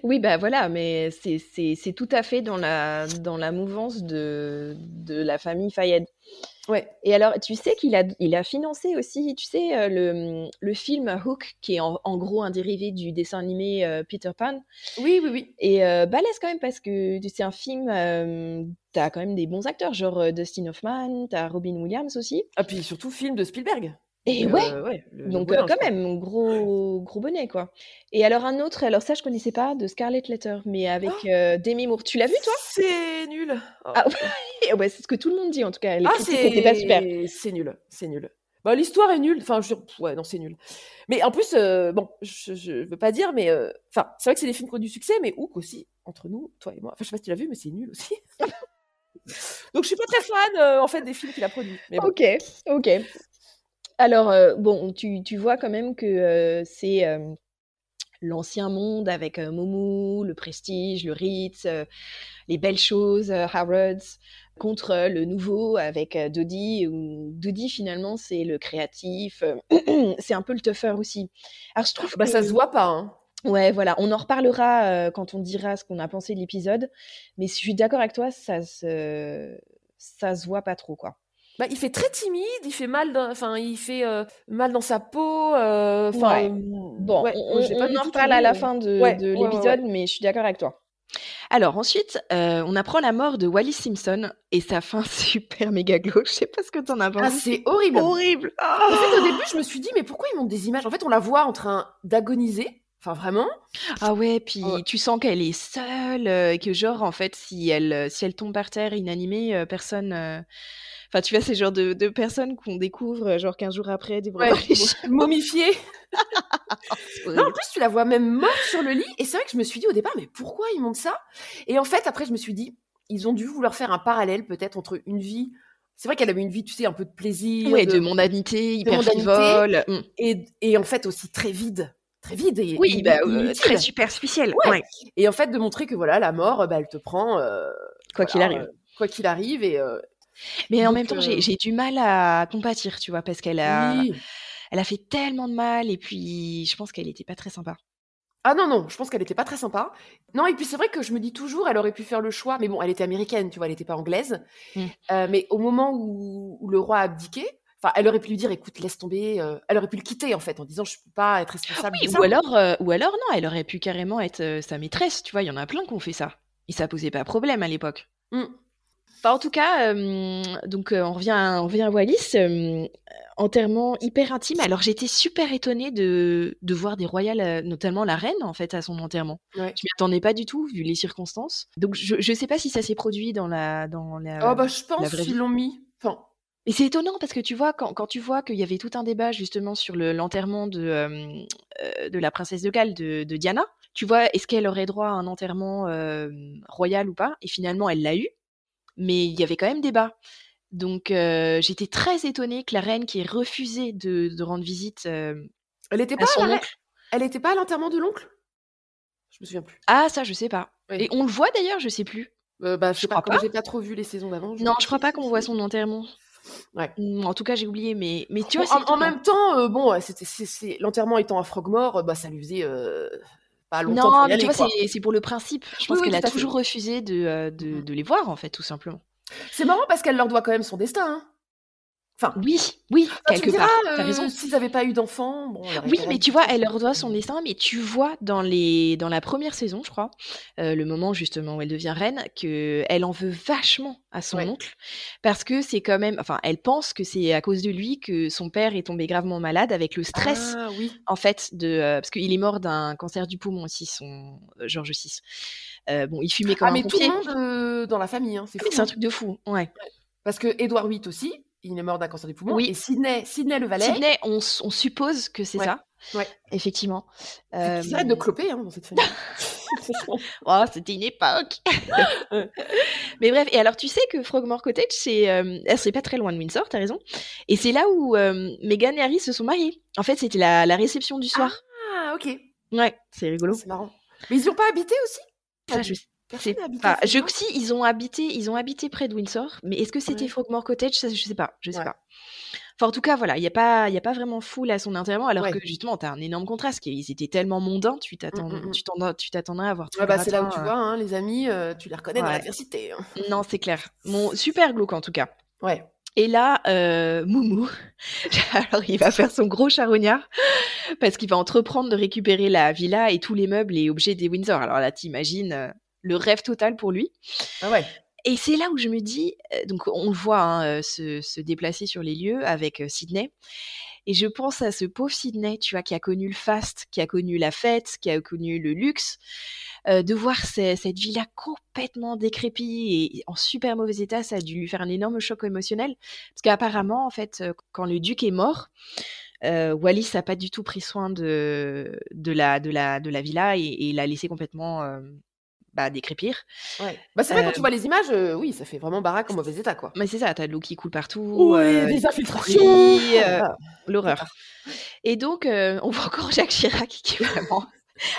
[SPEAKER 6] Oui, bah voilà, mais c'est- c'est c'est tout à fait dans la, dans la mouvance de, de la famille Fayed.
[SPEAKER 1] Ouais.
[SPEAKER 6] Et alors, tu sais qu'il a, il a financé aussi, tu sais, euh, le, le film Hook, qui est en, en gros un dérivé du dessin animé euh, Peter Pan.
[SPEAKER 1] Oui, oui, oui.
[SPEAKER 6] Et euh, balèze quand même, parce que c'est un film, euh, t'as quand même des bons acteurs, genre euh, Dustin Hoffman, t'as Robin Williams aussi.
[SPEAKER 1] Ah puis surtout film de Spielberg.
[SPEAKER 6] Et
[SPEAKER 9] Euh,
[SPEAKER 6] ouais,
[SPEAKER 9] ouais, le- le
[SPEAKER 6] donc
[SPEAKER 9] beau
[SPEAKER 6] euh,
[SPEAKER 9] linge,
[SPEAKER 6] quand
[SPEAKER 9] quoi.
[SPEAKER 6] même, gros, gros bonnet quoi. Et alors un autre, alors ça je connaissais pas, de Scarlett Letter, mais avec euh, Demi Moore. Tu l'as vu toi
[SPEAKER 1] C'est nul.
[SPEAKER 6] Ah ouais, ouais, c'est ce que tout le monde dit en tout cas. Les
[SPEAKER 1] Ah,
[SPEAKER 6] critiques étaient
[SPEAKER 1] c'est
[SPEAKER 6] pas super.
[SPEAKER 1] C'est nul, c'est nul. Bah, l'histoire est nulle. Enfin, je... pff, ouais, non, c'est nul. Mais en plus, euh, bon, je, je veux pas dire, mais euh, enfin, c'est vrai que c'est des films qui ont du succès, mais Hook aussi, entre nous, toi et moi. Enfin, je sais pas si tu l'as vu, mais c'est nul aussi. Donc, je suis pas très fan, euh, en fait, des films qu'il a produits. Mais bon.
[SPEAKER 6] Ok, ok. Alors, euh, bon, tu, tu vois quand même que euh, c'est euh, l'ancien monde avec euh, Momo, le prestige, le Ritz, euh, les belles choses, euh, Harrods, contre euh, le nouveau avec euh, Dodie, où Dodie finalement c'est le créatif, euh, c'est un peu le tougher aussi. Alors je trouve
[SPEAKER 1] Bah, ça se voit pas.
[SPEAKER 6] Ouais, voilà, on en reparlera euh, quand on dira ce qu'on a pensé de l'épisode, mais je suis d'accord avec toi, ça se... ça se voit pas trop quoi.
[SPEAKER 1] Bah, il fait très timide, il fait mal dans, enfin, il fait euh, mal dans sa peau. euh, Enfin,
[SPEAKER 6] Ouais. Bon, on,
[SPEAKER 1] j'ai
[SPEAKER 6] on
[SPEAKER 1] du
[SPEAKER 6] en
[SPEAKER 1] tout
[SPEAKER 6] reparle à
[SPEAKER 1] trouvé,
[SPEAKER 6] la
[SPEAKER 1] euh.
[SPEAKER 6] fin de,
[SPEAKER 1] Ouais,
[SPEAKER 6] de
[SPEAKER 1] ouais, ouais, ouais.
[SPEAKER 6] l'épisode, mais je suis d'accord avec toi. Alors ensuite, euh, on apprend la mort de Wallis Simpson et sa fin super méga glauque. Je sais pas ce que t'en as pensé.
[SPEAKER 1] Ah, c'est horrible.
[SPEAKER 6] Horrible.
[SPEAKER 1] En fait, au début, je me suis dit, mais pourquoi ils montrent des images En fait, on la voit en train d'agoniser. Enfin, vraiment.
[SPEAKER 6] Ah ouais, puis
[SPEAKER 1] Oh.
[SPEAKER 6] tu sens qu'elle est seule, euh, et que genre en fait, si elle, euh, si elle tombe par terre inanimée, euh, personne. euh, Enfin, tu vois, c'est le genre de, de personnes qu'on découvre euh, genre 15 jours après, des
[SPEAKER 1] Ouais, momifiée. Non, en plus, tu la vois même morte sur le lit. Et c'est vrai que je me suis dit au départ, mais pourquoi ils montent ça Et en fait, après, je me suis dit, ils ont dû vouloir faire un parallèle peut-être entre une vie. C'est vrai qu'elle avait une vie, tu sais, un peu de plaisir.
[SPEAKER 6] Ouais, de mondanité, hyper frivole, mm.
[SPEAKER 1] Et, et en fait aussi très vide. Très vide et
[SPEAKER 6] Oui,
[SPEAKER 1] et
[SPEAKER 6] bah, euh,
[SPEAKER 1] inutile.
[SPEAKER 6] très superficielle.
[SPEAKER 1] Ouais.
[SPEAKER 6] ouais.
[SPEAKER 1] Et en fait, de montrer que voilà, la mort, bah, elle te prend. euh,
[SPEAKER 6] Quoi
[SPEAKER 1] voilà,
[SPEAKER 6] qu'il arrive.
[SPEAKER 1] euh, Quoi qu'il arrive. Et, euh,
[SPEAKER 6] Mais en
[SPEAKER 1] donc,
[SPEAKER 6] même temps,
[SPEAKER 1] euh,
[SPEAKER 6] j'ai j'ai du mal à compatir, tu vois, parce qu'elle a,
[SPEAKER 1] Oui.
[SPEAKER 6] elle a fait tellement de mal et puis je pense qu'elle n'était pas très sympa.
[SPEAKER 1] Ah non, non, je pense qu'elle était pas très sympa. Non, et puis c'est vrai que je me dis toujours, elle aurait pu faire le choix, mais bon, elle était américaine, tu vois, elle n'était pas anglaise.
[SPEAKER 6] Mm.
[SPEAKER 1] Euh, mais au moment où, où le roi a abdiqué, enfin, elle aurait pu lui dire, écoute, laisse tomber. euh, elle aurait pu le quitter, en fait, en disant, je peux pas être responsable.
[SPEAKER 6] Oui,
[SPEAKER 1] de
[SPEAKER 6] ou
[SPEAKER 1] ça.
[SPEAKER 6] alors, euh, ou alors non, elle aurait pu carrément être euh, sa maîtresse, tu vois, il y en a plein qui ont fait ça. Et ça posait pas problème à l'époque.
[SPEAKER 1] Mm.
[SPEAKER 6] Enfin, en tout cas, euh, donc euh, on revient à, on revient à Wallis, euh, enterrement hyper intime. Alors j'étais super étonnée de, de voir des royales, euh, notamment la reine en fait, à son enterrement.
[SPEAKER 1] Ouais.
[SPEAKER 6] Je m'y attendais pas du tout vu les circonstances. Donc je, je sais pas si ça s'est produit dans la dans la.
[SPEAKER 1] Oh, bah, je
[SPEAKER 6] euh, la
[SPEAKER 1] pense
[SPEAKER 6] vraie vie.
[SPEAKER 1] qu'ils l'ont mis. Enfin,
[SPEAKER 6] Et c'est étonnant parce que tu vois, quand, quand tu vois qu'il y avait tout un débat justement sur le- l'enterrement de, euh, euh, de la princesse de Galles, de, de Diana, tu vois, est-ce qu'elle aurait droit à un enterrement euh, royal ou pas Et finalement, elle l'a eu, mais il y avait quand même débat. Donc euh, j'étais très étonnée que la reine qui ait refusé de, de rendre visite euh,
[SPEAKER 1] elle n'était pas,
[SPEAKER 6] à son
[SPEAKER 1] à la-
[SPEAKER 6] oncle.
[SPEAKER 1] elle était pas à l'enterrement de l'oncle Je me souviens plus.
[SPEAKER 6] Ah, ça, je sais pas.
[SPEAKER 1] Oui.
[SPEAKER 6] Et on le voit d'ailleurs, je sais plus.
[SPEAKER 1] Euh, bah, je, sais
[SPEAKER 6] crois
[SPEAKER 1] pas, comme
[SPEAKER 6] pas.
[SPEAKER 1] j'ai pas trop vu les saisons d'avant.
[SPEAKER 6] Non, je crois pas qu'on voit son enterrement. Mmh,
[SPEAKER 1] Ouais.
[SPEAKER 6] En tout cas, j'ai oublié, mais, mais tu vois, c'est
[SPEAKER 1] en, en
[SPEAKER 6] étonnant.
[SPEAKER 1] même temps, euh, bon, ouais, c'était c'est- c'est- l'enterrement étant à Frogmore, euh, bah, ça lui faisait euh, pas longtemps. pour
[SPEAKER 6] Non,
[SPEAKER 1] y
[SPEAKER 6] mais tu
[SPEAKER 1] aller,
[SPEAKER 6] vois,
[SPEAKER 1] quoi.
[SPEAKER 6] c'est- c'est pour le principe. Je
[SPEAKER 1] Oui,
[SPEAKER 6] pense
[SPEAKER 1] oui,
[SPEAKER 6] qu'elle a
[SPEAKER 1] tout à fait. Mm.
[SPEAKER 6] toujours refusé de, euh, de, de les voir, en fait, tout simplement.
[SPEAKER 1] C'est marrant parce qu'elle leur doit quand même son destin. hein. Enfin,
[SPEAKER 6] oui, oui,
[SPEAKER 1] Enfin, tu
[SPEAKER 6] quelque
[SPEAKER 1] me diras,
[SPEAKER 6] part. T'as
[SPEAKER 1] euh,
[SPEAKER 6] raison.
[SPEAKER 1] S'ils n'avaient pas eu d'enfants, bon, elle aurait
[SPEAKER 6] Oui,
[SPEAKER 1] quand
[SPEAKER 6] mais
[SPEAKER 1] même-
[SPEAKER 6] tu vois, elle leur doit son destin, mais tu vois dans, les, dans la première saison, je crois, euh, le moment justement où elle devient reine, qu'elle en veut vachement à son
[SPEAKER 1] Ouais.
[SPEAKER 6] oncle, parce que c'est quand même, enfin, elle pense que c'est à cause de lui que son père est tombé gravement malade avec le stress,
[SPEAKER 1] Ah, oui.
[SPEAKER 6] en fait, de, euh, parce qu'il est mort d'un cancer du poumon aussi, son euh, Georges VI. Euh, bon, il fumait comme
[SPEAKER 1] Ah,
[SPEAKER 6] un
[SPEAKER 1] mais tout le
[SPEAKER 6] pompier.
[SPEAKER 1] monde euh, dans la famille, hein, c'est fou.
[SPEAKER 6] Ah, C'est un
[SPEAKER 1] hein.
[SPEAKER 6] truc de fou, ouais.
[SPEAKER 1] Parce que Edward VIII aussi, il est mort d'un cancer du poumon.
[SPEAKER 6] Oui.
[SPEAKER 1] Et Sidney, Sidney le valet.
[SPEAKER 6] Sydney, on, s- on suppose que c'est
[SPEAKER 1] Ouais,
[SPEAKER 6] ça.
[SPEAKER 1] ouais.
[SPEAKER 6] Effectivement. Euh,
[SPEAKER 1] C'est qu'ils arrêtent de cloper hein, dans cette famille. Franchement.
[SPEAKER 6] Oh, c'était une époque. Mais bref, et alors tu sais que Frogmore Cottage, c'est, euh, elle serait pas très loin de Windsor, t'as raison. Et c'est là où euh, Meghan et Harry se sont mariés. En fait, c'était la, la réception du soir.
[SPEAKER 1] Ah, ok.
[SPEAKER 6] Ouais, c'est rigolo.
[SPEAKER 1] C'est marrant. Mais ils n'y ont pas habité aussi
[SPEAKER 6] Ça, je
[SPEAKER 1] Personne
[SPEAKER 6] sais
[SPEAKER 1] n'a habité à
[SPEAKER 6] pas. Je
[SPEAKER 1] Frogmore
[SPEAKER 6] si ils ont habité, ils ont habité près de Windsor, mais est-ce que c'était
[SPEAKER 1] Ouais.
[SPEAKER 6] Frogmore Cottage Ça, je sais pas, je sais
[SPEAKER 1] Ouais.
[SPEAKER 6] pas. Enfin, en tout cas, voilà, il y a pas, il y a pas vraiment foule à son enterrement, alors
[SPEAKER 1] Ouais.
[SPEAKER 6] que justement, t'as un énorme contraste. qui- Ils étaient tellement mondains, tu t'attends,
[SPEAKER 1] mm, mm.
[SPEAKER 6] tu t'en- tu t'attendrais à voir. tout
[SPEAKER 1] Ah
[SPEAKER 6] le
[SPEAKER 1] bah, c'est là où
[SPEAKER 6] gratin,
[SPEAKER 1] tu
[SPEAKER 6] euh,
[SPEAKER 1] vois, hein, les amis, euh, tu les reconnais dans
[SPEAKER 6] Ouais.
[SPEAKER 1] l'adversité. hein.
[SPEAKER 6] Non, c'est clair. Mon super glauque en tout cas.
[SPEAKER 1] Ouais.
[SPEAKER 6] Et là, euh, Moumou, alors il va faire son gros charognard parce qu'il va entreprendre de récupérer la villa et tous les meubles et objets des Windsor. Alors là, t'imagines euh, le rêve total pour lui.
[SPEAKER 1] Ah ouais.
[SPEAKER 6] Et c'est là où je me dis, euh, donc on le voit hein, euh, se, se déplacer sur les lieux avec euh, Sydney. Et je pense à ce pauvre Sydney, tu vois, qui a connu le faste, qui a connu la fête, qui a connu le luxe, euh, de voir ces- cette villa complètement décrépie et en super mauvais état, ça a dû lui faire un énorme choc émotionnel. Parce qu'apparemment, en fait, euh, quand le duc est mort, euh, Wallis n'a pas du tout pris soin de, de, la, de, la, de la villa et, et l'a laissé complètement euh, bah, décrépir.
[SPEAKER 1] Ouais. Bah, c'est vrai, quand
[SPEAKER 6] Euh,
[SPEAKER 1] tu vois les images, euh, oui, ça fait vraiment baraque en mauvais état, quoi.
[SPEAKER 6] Mais c'est ça, t'as de l'eau qui coule partout.
[SPEAKER 1] Ouais,
[SPEAKER 6] euh,
[SPEAKER 1] des
[SPEAKER 6] du
[SPEAKER 1] infiltrations
[SPEAKER 6] bruit, euh,
[SPEAKER 1] Ah.
[SPEAKER 6] L'horreur. Et donc, euh, on voit encore Jacques Chirac qui est vraiment.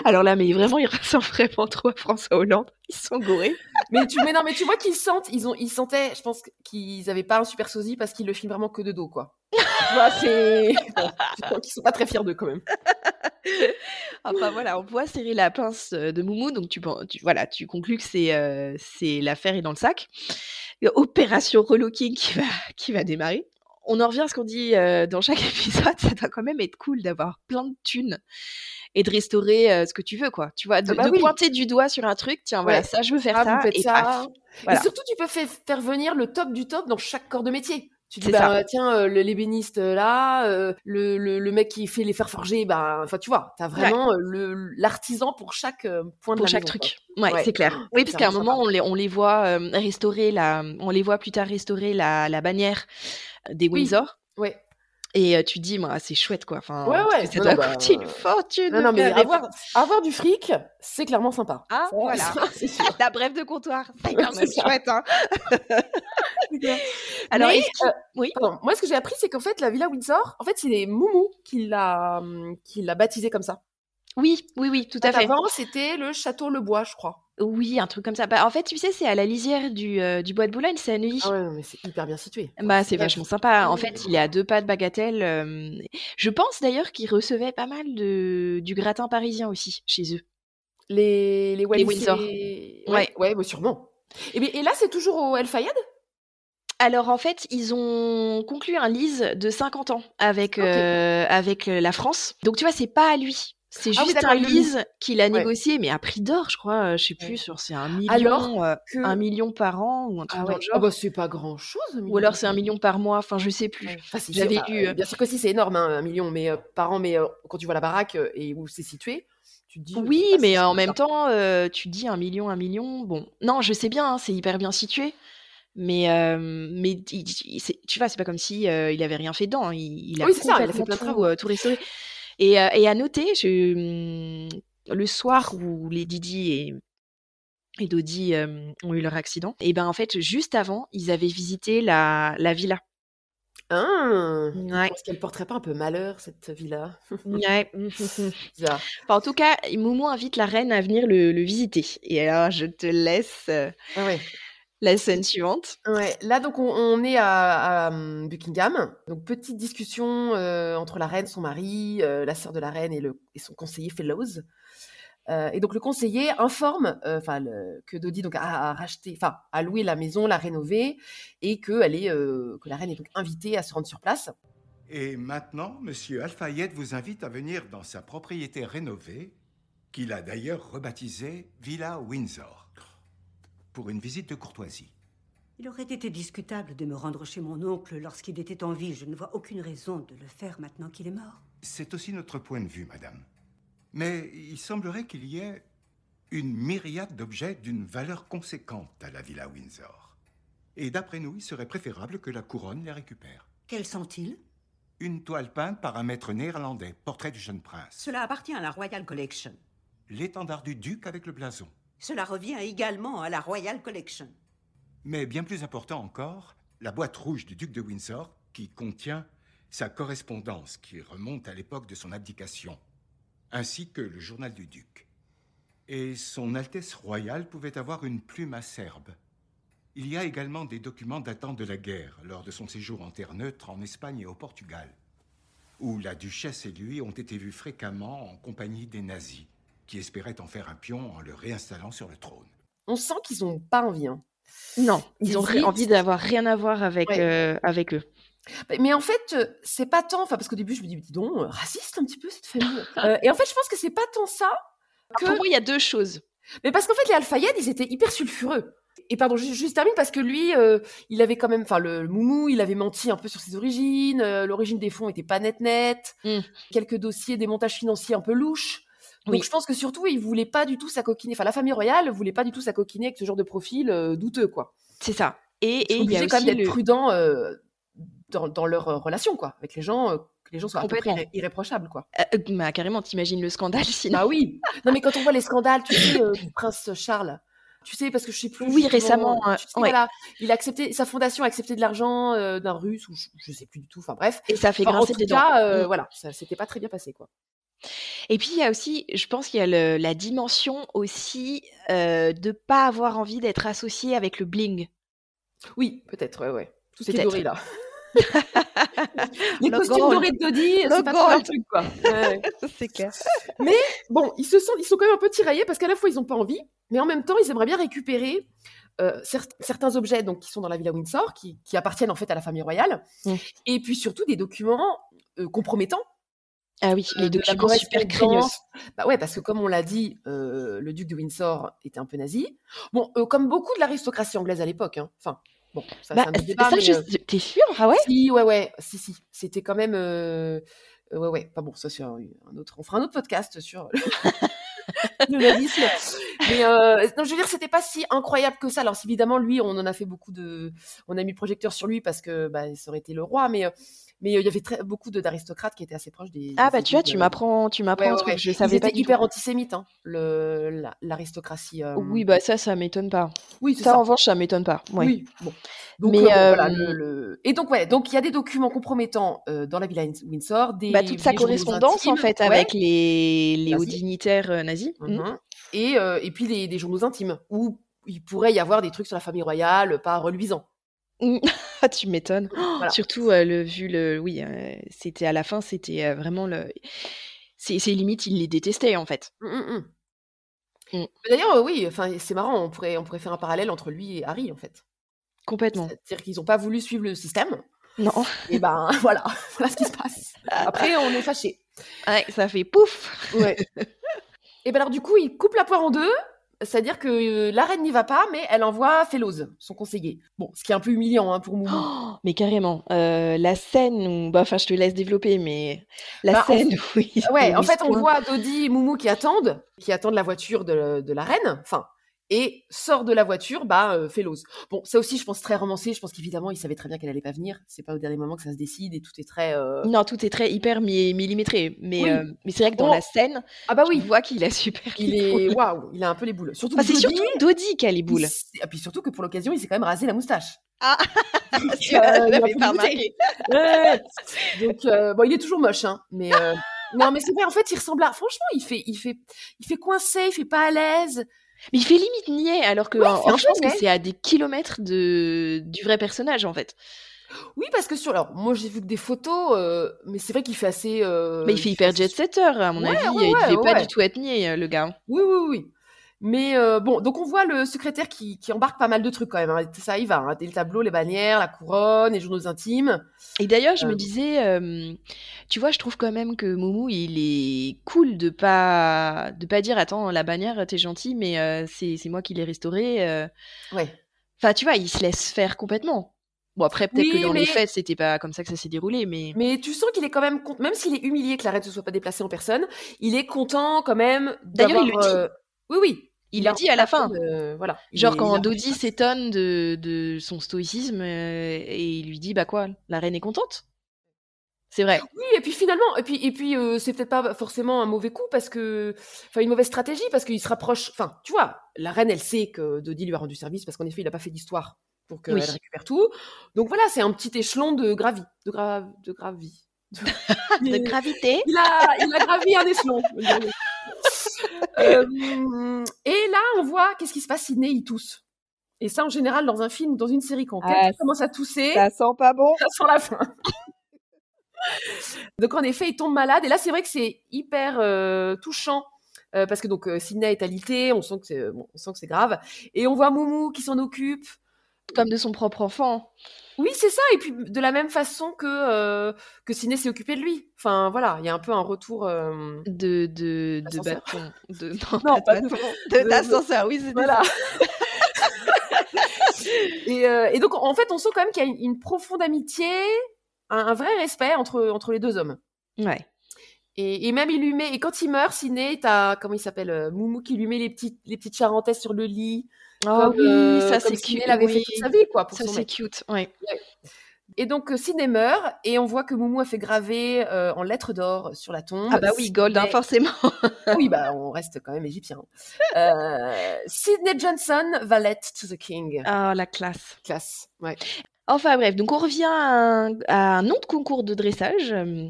[SPEAKER 6] Alors là, mais vraiment, il ressemble vraiment trop à François Hollande. Ils sont gourés.
[SPEAKER 1] mais tu mais non mais tu vois qu'ils sentent ils ont ils sentaient je pense qu'ils avaient pas un super sosie parce qu'ils le filment vraiment que de dos quoi tu vois c'est je crois qu'ils sont pas très fiers d'eux quand même
[SPEAKER 6] Enfin voilà, on voit serrer la pince euh, de Moumou, donc tu, pen- tu- voilà, tu conclus que c'est euh, c'est l'affaire est dans le sac. Et Opération relooking qui va, qui va démarrer. On en revient à ce qu'on dit euh, dans chaque épisode, ça doit quand même être cool d'avoir plein de thunes et de restaurer euh, ce que tu veux, quoi. Tu vois, de,
[SPEAKER 1] Ah bah
[SPEAKER 6] de
[SPEAKER 1] oui.
[SPEAKER 6] pointer du doigt sur un truc, tiens, voilà,
[SPEAKER 1] Ouais.
[SPEAKER 6] ça je veux faire
[SPEAKER 1] Ah,
[SPEAKER 6] ça,
[SPEAKER 1] vous faites
[SPEAKER 6] et
[SPEAKER 1] ça.
[SPEAKER 6] paf. Voilà.
[SPEAKER 1] et surtout tu peux fa- faire venir le top du top dans chaque corps de métier tu dis
[SPEAKER 6] C'est
[SPEAKER 1] bah,
[SPEAKER 6] ça.
[SPEAKER 1] euh, tiens euh, le- l'ébéniste euh, là euh, le, le, le mec qui fait les fers forgés bah enfin tu vois t'as vraiment euh, le l'artisan pour chaque euh, point
[SPEAKER 6] pour
[SPEAKER 1] de la
[SPEAKER 6] chaque
[SPEAKER 1] maison,
[SPEAKER 6] truc.
[SPEAKER 1] quoi.
[SPEAKER 6] Ouais, c'est clair. Oui, parce
[SPEAKER 1] C'est
[SPEAKER 6] qu'à un
[SPEAKER 1] vraiment
[SPEAKER 6] moment, on les, on les voit euh, restaurer la, on les voit plus tard restaurer la, la bannière des
[SPEAKER 1] Oui.
[SPEAKER 6] Windsor.
[SPEAKER 1] Ouais.
[SPEAKER 6] Et euh, tu te dis, moi, c'est chouette, quoi. Enfin,
[SPEAKER 1] Ouais,
[SPEAKER 6] parce que
[SPEAKER 1] ouais.
[SPEAKER 6] Ça
[SPEAKER 1] Non,
[SPEAKER 6] doit
[SPEAKER 1] non, bah,
[SPEAKER 6] coûter une fortune.
[SPEAKER 1] Non,
[SPEAKER 6] de
[SPEAKER 1] non, mais
[SPEAKER 6] faire des-
[SPEAKER 1] avoir, avoir du fric, c'est clairement sympa.
[SPEAKER 6] Ah,
[SPEAKER 1] Ça,
[SPEAKER 6] voilà.
[SPEAKER 1] ça, c'est sûr.
[SPEAKER 6] La brève de comptoir. C'est
[SPEAKER 1] Ouais,
[SPEAKER 6] quand
[SPEAKER 1] c'est
[SPEAKER 6] même
[SPEAKER 1] ça.
[SPEAKER 6] chouette, hein. Alors,
[SPEAKER 1] Mais,
[SPEAKER 6] est-ce qu'il-
[SPEAKER 1] euh,
[SPEAKER 6] oui.
[SPEAKER 1] pardon, moi, ce que j'ai appris, c'est qu'en fait, la villa Windsor, en fait, c'est Moumou qui l'a, hum, qui l'a baptisé comme ça.
[SPEAKER 6] Oui, oui, oui, tout à fait.
[SPEAKER 1] Avant, c'était le château Le Bois, je crois.
[SPEAKER 6] Oui, un truc comme ça. Bah, en fait, tu sais, c'est à la lisière du, euh, du bois de Boulogne, c'est à Neuilly.
[SPEAKER 1] Ah ouais, non, mais c'est hyper bien situé.
[SPEAKER 6] Bah, c'est
[SPEAKER 1] Bref.
[SPEAKER 6] vachement sympa. En
[SPEAKER 1] Oui.
[SPEAKER 6] fait, il est à deux pas de Bagatelle. euh, Je pense d'ailleurs qu'il recevait pas mal de... du gratin parisien aussi chez eux.
[SPEAKER 1] Les, les Wallis
[SPEAKER 6] Windsor.
[SPEAKER 1] et-
[SPEAKER 6] Ouais.
[SPEAKER 1] Ouais, ouais, bah, sûrement. Et, bien, et là, c'est toujours au El Fayed
[SPEAKER 6] Alors en fait, ils ont conclu un lease de 50 ans avec, euh, avec euh, la France. Donc tu vois, c'est pas à lui. C'est
[SPEAKER 1] Ah oui,
[SPEAKER 6] juste
[SPEAKER 1] d'accord,
[SPEAKER 6] un
[SPEAKER 1] il le loue.
[SPEAKER 6] lease qu'il a
[SPEAKER 1] Ouais.
[SPEAKER 6] négocié, mais à prix d'or, je crois. euh, Je sais plus, sur c'est un million,
[SPEAKER 1] Alors
[SPEAKER 6] euh,
[SPEAKER 1] que-
[SPEAKER 6] un million par an ou un truc
[SPEAKER 1] Ah
[SPEAKER 6] dans
[SPEAKER 1] ouais.
[SPEAKER 6] le
[SPEAKER 1] Ah
[SPEAKER 6] genre.
[SPEAKER 1] bah, c'est pas grand chose.
[SPEAKER 6] ou alors c'est un million par mois. Enfin, je sais plus.
[SPEAKER 1] Enfin, c'est-
[SPEAKER 6] J'avais
[SPEAKER 1] enfin,
[SPEAKER 6] lu.
[SPEAKER 1] euh,
[SPEAKER 6] euh,
[SPEAKER 1] Bien sûr que si, c'est énorme, hein, un million mais, euh, par an, mais euh, quand tu vois la baraque euh, et où c'est situé, tu te dis. euh,
[SPEAKER 6] Oui,
[SPEAKER 1] c'est pas
[SPEAKER 6] mais
[SPEAKER 1] si-
[SPEAKER 6] euh, en même temps, euh, tu dis un million, un million. Bon, non, je sais bien, hein, c'est hyper bien situé. Mais, euh, mais il- il- c'est- tu vois, c'est pas comme si euh, il avait rien fait dedans. hein, Il, il a
[SPEAKER 1] Oui, c'est ça, il a fait
[SPEAKER 6] complètement
[SPEAKER 1] plein de
[SPEAKER 6] tout,
[SPEAKER 1] travaux.
[SPEAKER 6] euh, tout restauré. Et, euh, et à noter, je- hum, le soir où les Didi et, et Dodi euh, ont eu leur accident, et ben en fait, juste avant, ils avaient visité la, la villa.
[SPEAKER 1] Hein
[SPEAKER 6] Ouais.
[SPEAKER 1] Est-ce qu'elle porterait pas un peu malheur, cette villa
[SPEAKER 6] Ouais.
[SPEAKER 1] Bizarre.
[SPEAKER 6] Enfin, en tout cas, Moumou invite la reine à venir le, le visiter. Et alors, je te laisse euh,
[SPEAKER 1] Ah ouais.
[SPEAKER 6] la scène suivante.
[SPEAKER 1] Ouais, là donc on, on est à, à, hum, Buckingham. Donc petite discussion euh, entre la reine, son mari, euh, la sœur de la reine et, le, et son conseiller Fellows. Euh, et donc le conseiller informe, euh, enfin le- que Dodi donc a, a racheté, enfin a loué la maison, l'a rénovée et que elle est, euh, que la reine est donc invitée à se rendre sur place.
[SPEAKER 12] Et maintenant, Monsieur Alfayette vous invite à venir dans sa propriété rénovée, qu'il a d'ailleurs rebaptisée Villa Windsor, pour une visite de courtoisie.
[SPEAKER 13] Il aurait été discutable de me rendre chez mon oncle lorsqu'il était en vie. Je ne vois aucune raison de le faire maintenant qu'il est mort.
[SPEAKER 12] C'est aussi notre point de vue, madame. Mais il semblerait qu'il y ait une myriade d'objets d'une valeur conséquente à la Villa Windsor. Et d'après nous, il serait préférable que la couronne les récupère.
[SPEAKER 13] Quels sont-ils
[SPEAKER 12] Une toile peinte par un maître néerlandais, portrait du jeune prince,
[SPEAKER 13] Cela appartient à la Royal Collection.
[SPEAKER 12] l'étendard du duc avec le blason.
[SPEAKER 13] Cela revient également à la Royal Collection.
[SPEAKER 12] Mais bien plus important encore, la boîte rouge du duc de Windsor qui contient sa correspondance qui remonte à l'époque de son abdication, ainsi que le journal du duc. Et son Altesse royale pouvait avoir une plume acerbe. Il y a également des documents datant de la guerre, lors de son séjour en terre neutre en Espagne et au Portugal, où la duchesse et lui ont été vus fréquemment en compagnie des nazis, qui espéraient en faire un pion en le réinstallant sur le trône.
[SPEAKER 1] On sent qu'ils ont pas envie. hein.
[SPEAKER 6] Non, ils ont ri-
[SPEAKER 1] Visite.
[SPEAKER 6] envie d'avoir rien à voir avec,
[SPEAKER 1] Ouais.
[SPEAKER 6] euh, avec eux.
[SPEAKER 1] Mais- Mais en fait, euh, c'est pas tant. Enfin, parce qu'au début, je me dis, dis donc, euh, raciste un petit peu cette famille. Euh, et en fait, je pense que c'est pas tant ça que.
[SPEAKER 6] Ah, Pour moi, il y a deux choses.
[SPEAKER 1] Mais parce qu'en fait, les Al-Fayed, ils étaient hyper sulfureux. Et pardon, je, je termine parce que lui, euh, il avait quand même, enfin le, le Moumou, il avait menti un peu sur ses origines, euh, l'origine des fonds était pas nette nette,
[SPEAKER 6] Mm.
[SPEAKER 1] quelques dossiers, des montages financiers un peu louches. Donc
[SPEAKER 6] Oui.
[SPEAKER 1] je pense que surtout, il voulait pas du tout s'acoquiner, enfin la famille royale voulait pas du tout s'acoquiner avec ce genre de profil euh, douteux, quoi.
[SPEAKER 6] C'est ça. Et,
[SPEAKER 1] Ils
[SPEAKER 6] et
[SPEAKER 1] sont
[SPEAKER 6] il y a
[SPEAKER 1] obligés quand même
[SPEAKER 6] aussi
[SPEAKER 1] d'être
[SPEAKER 6] le-
[SPEAKER 1] prudents euh, dans, dans leur euh, relation, quoi, avec les gens, euh, que les gens soient à peu près
[SPEAKER 6] Complètement.
[SPEAKER 1] irré- irréprochables, quoi.
[SPEAKER 6] Euh, bah, carrément, t'imagines le scandale sinon.
[SPEAKER 1] Ah oui. Non mais quand on voit les scandales, tu sais, euh, du prince Charles. Tu sais parce que je sais plus.
[SPEAKER 6] Oui,
[SPEAKER 1] justement,
[SPEAKER 6] récemment, euh,
[SPEAKER 1] tu sais,
[SPEAKER 6] ouais.
[SPEAKER 1] voilà, il a accepté, sa fondation a accepté de l'argent euh, d'un Russe ou je, je sais plus du tout. Enfin bref.
[SPEAKER 6] Et ça fait
[SPEAKER 1] Enfin,
[SPEAKER 6] grincer
[SPEAKER 1] en tout
[SPEAKER 6] des dents.
[SPEAKER 1] cas, euh,
[SPEAKER 6] Mm.
[SPEAKER 1] voilà, ça s'était pas très bien passé quoi.
[SPEAKER 6] Et puis il y a aussi, je pense qu'il y a le- la dimension aussi euh, de pas avoir envie d'être associé avec le bling.
[SPEAKER 1] Oui, peut-être, ouais, ouais. Tout ce qui est
[SPEAKER 6] Peut-être.
[SPEAKER 1] doré là. Les
[SPEAKER 6] Le
[SPEAKER 1] costumes
[SPEAKER 6] gold.
[SPEAKER 1] dorés de Dodi,
[SPEAKER 6] Le
[SPEAKER 1] c'est pas trop leur
[SPEAKER 6] gold.
[SPEAKER 1] truc quoi. Ouais, ouais.
[SPEAKER 6] C'est clair.
[SPEAKER 1] Mais bon, ils se sont, ils sont quand même un peu tiraillés parce qu'à la fois ils n'ont pas envie, mais en même temps ils aimeraient bien récupérer euh, cer- certains objets donc qui sont dans la villa Windsor, qui, qui appartiennent en fait à la famille royale,
[SPEAKER 6] Mm.
[SPEAKER 1] et puis surtout des documents euh, compromettants.
[SPEAKER 6] Ah oui,
[SPEAKER 1] euh,
[SPEAKER 6] les
[SPEAKER 1] de la
[SPEAKER 6] documents super craignos.
[SPEAKER 1] correspondance. Bah ouais, parce que comme on l'a dit, euh, le duc de Windsor était un peu nazi. Bon, euh, comme beaucoup de l'aristocratie anglaise à l'époque. hein. Enfin, bon, ça,
[SPEAKER 6] Bah,
[SPEAKER 1] c'est un
[SPEAKER 6] ça,
[SPEAKER 1] autre débat. mais,
[SPEAKER 6] je-
[SPEAKER 1] euh,
[SPEAKER 6] t'es sûr Ah ouais
[SPEAKER 1] si, ouais, ouais, si, si. C'était quand même. euh, euh, Ouais, ouais. Pas bon, ça, c'est un, un autre. On fera un autre podcast sur le nazisme. Mais euh, non, je veux dire, c'était pas si incroyable que ça. Alors, si, évidemment, lui, on en a fait beaucoup de. On a mis le projecteur sur lui parce que bah, ça aurait été le roi, mais. euh, Mais euh, il y avait très, beaucoup de- d'aristocrates qui étaient assez proches des.
[SPEAKER 6] Ah
[SPEAKER 1] des
[SPEAKER 6] bah tu vois,
[SPEAKER 1] élites,
[SPEAKER 6] tu
[SPEAKER 1] euh,
[SPEAKER 6] m'apprends, tu m'apprends un
[SPEAKER 1] ouais,
[SPEAKER 6] truc,
[SPEAKER 1] ouais.
[SPEAKER 6] je
[SPEAKER 1] Ils
[SPEAKER 6] savais pas
[SPEAKER 1] étaient
[SPEAKER 6] du
[SPEAKER 1] hyper
[SPEAKER 6] tout.
[SPEAKER 1] antisémites, hein, le- la- l'aristocratie. euh,
[SPEAKER 6] Oui, bah ça, ça m'étonne pas.
[SPEAKER 1] Oui, c'est
[SPEAKER 6] ça,
[SPEAKER 1] ça.
[SPEAKER 6] en revanche, ça m'étonne pas. ouais.
[SPEAKER 1] Oui, bon. Donc,
[SPEAKER 6] Mais,
[SPEAKER 1] euh, bon,
[SPEAKER 6] euh,
[SPEAKER 1] voilà, le- le- Et donc, ouais, donc il y a des documents compromettants euh, dans la villa Wins- Windsor, des.
[SPEAKER 6] Bah, toute sa
[SPEAKER 1] des journaux
[SPEAKER 6] correspondance en
[SPEAKER 1] intimes,
[SPEAKER 6] fait
[SPEAKER 1] ouais,
[SPEAKER 6] avec les, les hauts
[SPEAKER 1] Nazis.
[SPEAKER 6] dignitaires euh, nazis.
[SPEAKER 1] mhm,
[SPEAKER 6] Mhm.
[SPEAKER 1] et, euh, et puis des, des journaux intimes, où il pourrait y avoir des trucs sur la famille royale, pas reluisants.
[SPEAKER 6] Mm. Ah, tu m'étonnes. Oh,
[SPEAKER 1] Voilà.
[SPEAKER 6] Surtout euh, le vu le oui, euh, c'était à la fin, c'était euh, vraiment le c'est c'est limite il les détestait en fait.
[SPEAKER 1] Mm, mm, mm.
[SPEAKER 6] Mm.
[SPEAKER 1] Mais D'ailleurs, euh, oui, enfin, c'est marrant, on pourrait, on pourrait faire un parallèle entre lui et Harry, en fait.
[SPEAKER 6] Complètement.
[SPEAKER 1] C'est-à-dire qu'ils n'ont pas voulu suivre le système.
[SPEAKER 6] Non.
[SPEAKER 1] Et ben voilà, voilà ce qui se passe. Après, on est fâché.
[SPEAKER 6] Ouais, ça fait pouf.
[SPEAKER 1] Ouais. Et ben alors du coup, il coupe la poire en deux. C'est-à-dire que euh, la reine n'y va pas, mais elle envoie Fellows, son conseiller. Bon, ce qui est un peu humiliant hein, pour Moumou.
[SPEAKER 6] Oh, mais carrément, euh, la scène où bah enfin je te laisse développer mais la
[SPEAKER 1] Bah, en
[SPEAKER 6] scène où il-
[SPEAKER 1] ouais,
[SPEAKER 6] où
[SPEAKER 1] en
[SPEAKER 6] il
[SPEAKER 1] fait,
[SPEAKER 6] se
[SPEAKER 1] on
[SPEAKER 6] pointe.
[SPEAKER 1] voit Dodi et Moumou qui attendent, qui attendent la voiture de, de la reine. Enfin, et sort de la voiture, bah, euh, Fellows. Bon, ça aussi, je pense très romancé. Je pense qu'évidemment, il savait très bien qu'elle allait pas venir. C'est pas au dernier moment que ça se décide et tout est très. euh,
[SPEAKER 6] Non, tout est très hyper mi- millimétré, mais
[SPEAKER 1] Oui.
[SPEAKER 6] euh, mais c'est vrai que dans
[SPEAKER 1] Bon.
[SPEAKER 6] la scène,
[SPEAKER 1] Ah bah oui.
[SPEAKER 6] tu vois qu'il a super
[SPEAKER 1] Il
[SPEAKER 6] les
[SPEAKER 1] est
[SPEAKER 6] boules.
[SPEAKER 1] waouh, il a un peu les boules. Surtout
[SPEAKER 6] Enfin,
[SPEAKER 1] que
[SPEAKER 6] Bah, c'est
[SPEAKER 1] Dodi,
[SPEAKER 6] surtout Dodi qui a les boules.
[SPEAKER 1] il s- Et puis surtout que pour l'occasion, il s'est quand même rasé la moustache.
[SPEAKER 6] Ah,
[SPEAKER 1] Donc,
[SPEAKER 6] tu vois, je
[SPEAKER 1] il a
[SPEAKER 6] l'avais
[SPEAKER 1] un peu
[SPEAKER 6] pas
[SPEAKER 1] goûté. Ouais. Donc euh, bon, il est toujours moche, hein. Mais euh, non, mais c'est vrai. En fait, il ressemble à. Franchement, il fait, il fait, il fait coincé, il fait pas à l'aise.
[SPEAKER 6] Mais il fait limite niais, alors que
[SPEAKER 1] Ouais,
[SPEAKER 6] en-
[SPEAKER 1] il fait un
[SPEAKER 6] en- je pense
[SPEAKER 1] peu
[SPEAKER 6] que
[SPEAKER 1] niais.
[SPEAKER 6] c'est à des kilomètres de, du vrai personnage en fait.
[SPEAKER 1] Oui, parce que sur. Alors, moi, j'ai vu que des photos, euh, mais c'est vrai qu'il fait assez. euh,
[SPEAKER 6] Mais il fait hyper jet setter, à mon
[SPEAKER 1] Ouais,
[SPEAKER 6] avis.
[SPEAKER 1] ouais,
[SPEAKER 6] il
[SPEAKER 1] ouais,
[SPEAKER 6] devait pas
[SPEAKER 1] ouais.
[SPEAKER 6] du tout être niais, euh, le gars.
[SPEAKER 1] Oui, oui, oui. Mais euh, bon, donc on voit le secrétaire qui, qui embarque pas mal de trucs quand même. hein. Ça, il va. Hein. Dès le tableau, les bannières, la couronne, les journaux intimes.
[SPEAKER 6] Et d'ailleurs, je
[SPEAKER 1] Euh,
[SPEAKER 6] me disais, euh, tu vois, je trouve quand même que Moumou, il est cool de pas de pas dire, attends, la bannière, t'es gentil, mais euh, c'est c'est moi qui l'ai restaurée. euh.
[SPEAKER 1] Ouais.
[SPEAKER 6] Enfin, tu vois, il se laisse faire complètement. Bon, après, peut-être
[SPEAKER 1] Oui,
[SPEAKER 6] que dans les
[SPEAKER 1] mais-
[SPEAKER 6] faits, c'était pas comme ça que ça s'est déroulé, mais.
[SPEAKER 1] Mais tu sens qu'il est quand même, con- même s'il est humilié que la reine ne se soit pas déplacée en personne, il est content quand même.
[SPEAKER 6] D'ailleurs, il
[SPEAKER 1] d'avoir,
[SPEAKER 6] le dit.
[SPEAKER 1] euh, Oui, oui.
[SPEAKER 6] Il
[SPEAKER 1] a
[SPEAKER 6] le dit à la fin.
[SPEAKER 1] euh, voilà. Il
[SPEAKER 6] Genre
[SPEAKER 1] est-
[SPEAKER 6] quand
[SPEAKER 1] il a-
[SPEAKER 6] Dodi s'étonne de, de son stoïcisme euh, et il lui dit bah quoi, la reine est contente. C'est vrai.
[SPEAKER 1] Oui, et puis finalement, et puis et puis euh, c'est peut-être pas forcément un mauvais coup parce que, enfin une mauvaise stratégie parce qu'il se rapproche. Enfin, tu vois, la reine, elle sait que Dodi lui a rendu service parce qu'en effet, il n'a pas fait d'histoire pour qu'elle
[SPEAKER 6] Oui.
[SPEAKER 1] récupère tout. Donc voilà, c'est un petit échelon de gravi, de grave, de gravi.
[SPEAKER 6] De gravité.
[SPEAKER 1] Il a, il a gravi un échelon. Euh, et là, on voit qu'est-ce qui se passe, Sidney, il tousse. Et ça, en général, dans un film, dans une série, quand
[SPEAKER 6] Ah,
[SPEAKER 1] quelqu'un commence à tousser,
[SPEAKER 6] ça sent pas bon.
[SPEAKER 1] ça sent la fin. donc, en effet, il tombe malade. Et là, c'est vrai que c'est hyper euh, touchant. euh, parce que donc euh, Sidney est alité, on sent que c'est bon, on sent que c'est grave, et on voit Moumou qui s'en occupe.
[SPEAKER 6] Comme de son propre enfant.
[SPEAKER 1] Oui, c'est ça. Et puis de la même façon que euh, que Sidney s'est occupé de lui. Enfin voilà, il y a un peu un retour. euh,
[SPEAKER 6] De de de
[SPEAKER 1] D'ascenseur.
[SPEAKER 6] bâton. De non,
[SPEAKER 1] Non,
[SPEAKER 6] pas
[SPEAKER 1] pas Euh, de-
[SPEAKER 6] de bâton. De
[SPEAKER 1] de-
[SPEAKER 6] d'ascenseur. Oui, c'est
[SPEAKER 1] Voilà. Et, euh, et donc, en fait, on sent quand même qu'il y a une, une profonde amitié, un, un vrai respect entre, entre les deux hommes.
[SPEAKER 6] Ouais.
[SPEAKER 1] Et, et même il lui met, et quand il meurt, Ciné, t'as, comment il s'appelle, euh, Moumou qui lui met les petites, les petites charentaises sur le lit.
[SPEAKER 6] Ah oui, ça,
[SPEAKER 1] comme
[SPEAKER 6] c'est
[SPEAKER 1] Ciné
[SPEAKER 6] cute,
[SPEAKER 1] l'avait
[SPEAKER 6] oui.
[SPEAKER 1] fait toute sa vie, quoi. Pour
[SPEAKER 6] Ça,
[SPEAKER 1] son
[SPEAKER 6] c'est
[SPEAKER 1] mec.
[SPEAKER 6] cute, ouais.
[SPEAKER 1] Et donc, euh, Ciné meurt, et on voit que Moumou a fait graver euh, en lettres d'or sur la tombe.
[SPEAKER 6] Ah bah oui, gold, hein,
[SPEAKER 1] Sidney-
[SPEAKER 6] forcément.
[SPEAKER 1] oui, bah on reste quand même égyptien. Euh, Sidney Johnson, valet to the king.
[SPEAKER 6] Ah, la classe.
[SPEAKER 1] Classe, ouais.
[SPEAKER 6] Enfin bref, donc on revient à un, à un autre concours de dressage. euh,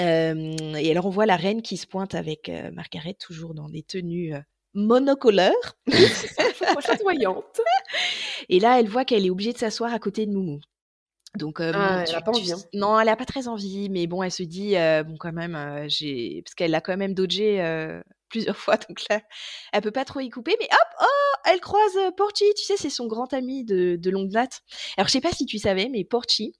[SPEAKER 6] euh, et alors on voit la reine qui se pointe avec euh, Margaret, toujours dans des tenues euh, monocolores.
[SPEAKER 1] Chatoyante.
[SPEAKER 6] Et là, elle voit qu'elle est obligée de s'asseoir à côté de Moumou. Donc, euh,
[SPEAKER 1] Ah,
[SPEAKER 6] bon,
[SPEAKER 1] elle
[SPEAKER 6] tu-
[SPEAKER 1] a pas
[SPEAKER 6] tu-
[SPEAKER 1] envie, hein.
[SPEAKER 6] Non, elle n'a pas très envie, mais bon, elle se dit, euh, bon, quand même, euh, j'ai. Parce qu'elle l'a quand même dodgé euh, plusieurs fois, donc là, elle peut pas trop y couper, mais hop, oh, elle croise euh, Porchi, tu sais, c'est son grand ami de, de longue date. Alors, je sais pas si tu savais, mais Porchi,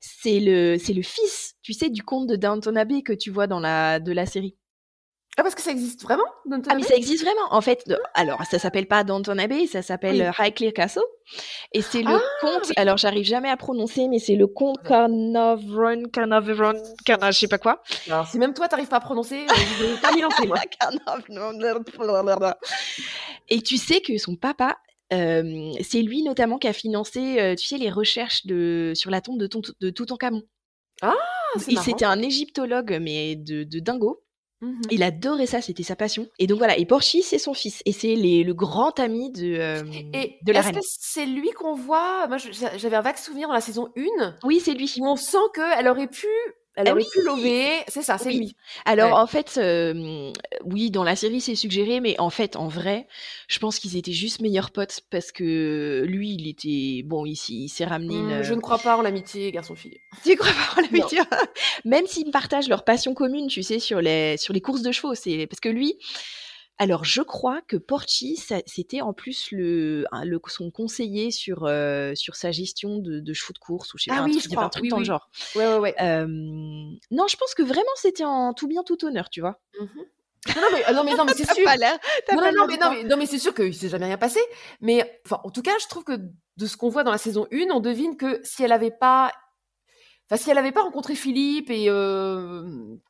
[SPEAKER 6] c'est le, c'est le fils, tu sais, du comte de Downton Abbey que tu vois dans la, de la série.
[SPEAKER 1] Ah, parce que ça existe vraiment
[SPEAKER 6] Ah, mais ça existe vraiment. En fait, de- alors, ça s'appelle pas Downton Abbey, ça s'appelle
[SPEAKER 1] Ah. Oui.
[SPEAKER 6] euh, Highclere Castle. Et c'est le
[SPEAKER 1] Ah,
[SPEAKER 6] comte, alors j'arrive jamais à prononcer, mais c'est le comte Carnarvon, Carnarvon, Carna, je sais pas quoi.
[SPEAKER 1] Alors, si même toi, t'arrives pas à prononcer, euh, je vais pas m'y lancer,
[SPEAKER 6] Ah,
[SPEAKER 1] moi.
[SPEAKER 6] Et tu sais que son papa, euh, c'est lui notamment qui a financé, euh, tu sais, les recherches de, sur la tombe de, Ton- de Toutankhamon.
[SPEAKER 1] Ah,
[SPEAKER 6] Il c'était un égyptologue, mais de, de dingo.
[SPEAKER 1] Mhm.
[SPEAKER 6] Il adorait ça, c'était sa passion. Et donc voilà, et Porchi, c'est son fils. Et c'est les- le grand ami de, euh,
[SPEAKER 1] Et
[SPEAKER 6] de la
[SPEAKER 1] est-ce
[SPEAKER 6] reine.
[SPEAKER 1] que c'est lui qu'on voit Moi, je- j'a- j'avais un vague souvenir dans la saison 1.
[SPEAKER 6] Oui, c'est lui.
[SPEAKER 1] Où on sent qu'elle aurait pu, elle
[SPEAKER 6] Ah
[SPEAKER 1] aurait
[SPEAKER 6] oui
[SPEAKER 1] pu lover. C'est ça, c'est
[SPEAKER 6] Oui.
[SPEAKER 1] lui.
[SPEAKER 6] Alors
[SPEAKER 1] Ouais.
[SPEAKER 6] en fait, euh, oui, dans la série c'est suggéré, mais en fait, en vrai, je pense qu'ils étaient juste meilleurs potes parce que lui, il était bon, il, s'y- il s'est ramené.
[SPEAKER 1] Hmm,
[SPEAKER 6] une-
[SPEAKER 1] Je ne crois pas en l'amitié garçon-fille.
[SPEAKER 6] Tu crois pas en l'amitié Même s'ils partagent leur passion commune, tu sais, sur les sur les courses de chevaux, c'est parce que lui. Alors je crois que Porchi, ça- c'était en plus le, un- le- son conseiller sur euh, sur sa gestion de, de chevaux de course ou je sais pas
[SPEAKER 1] Ah
[SPEAKER 6] un
[SPEAKER 1] oui,
[SPEAKER 6] truc-
[SPEAKER 1] je
[SPEAKER 6] il y
[SPEAKER 1] crois.
[SPEAKER 6] avait un truc
[SPEAKER 1] Oui,
[SPEAKER 6] dans
[SPEAKER 1] oui.
[SPEAKER 6] le genre.
[SPEAKER 1] Ouais, ouais, ouais.
[SPEAKER 6] Euh, non, je pense que vraiment c'était en tout bien tout honneur, tu vois.
[SPEAKER 1] Mmh. Non, non, mais, ah, non, mais, non, mais c'est sûr.
[SPEAKER 6] pas l'air- t'as
[SPEAKER 1] non,
[SPEAKER 6] pas
[SPEAKER 1] non, non,
[SPEAKER 6] l'air
[SPEAKER 1] mais,
[SPEAKER 6] de
[SPEAKER 1] non,
[SPEAKER 6] voir.
[SPEAKER 1] mais, non, mais c'est sûr qu'il s'est jamais rien passé. Mais enfin, en tout cas, je trouve que de ce qu'on voit dans la saison 1, on devine que si elle avait pas. Enfin, si elle avait pas rencontré Philippe et euh,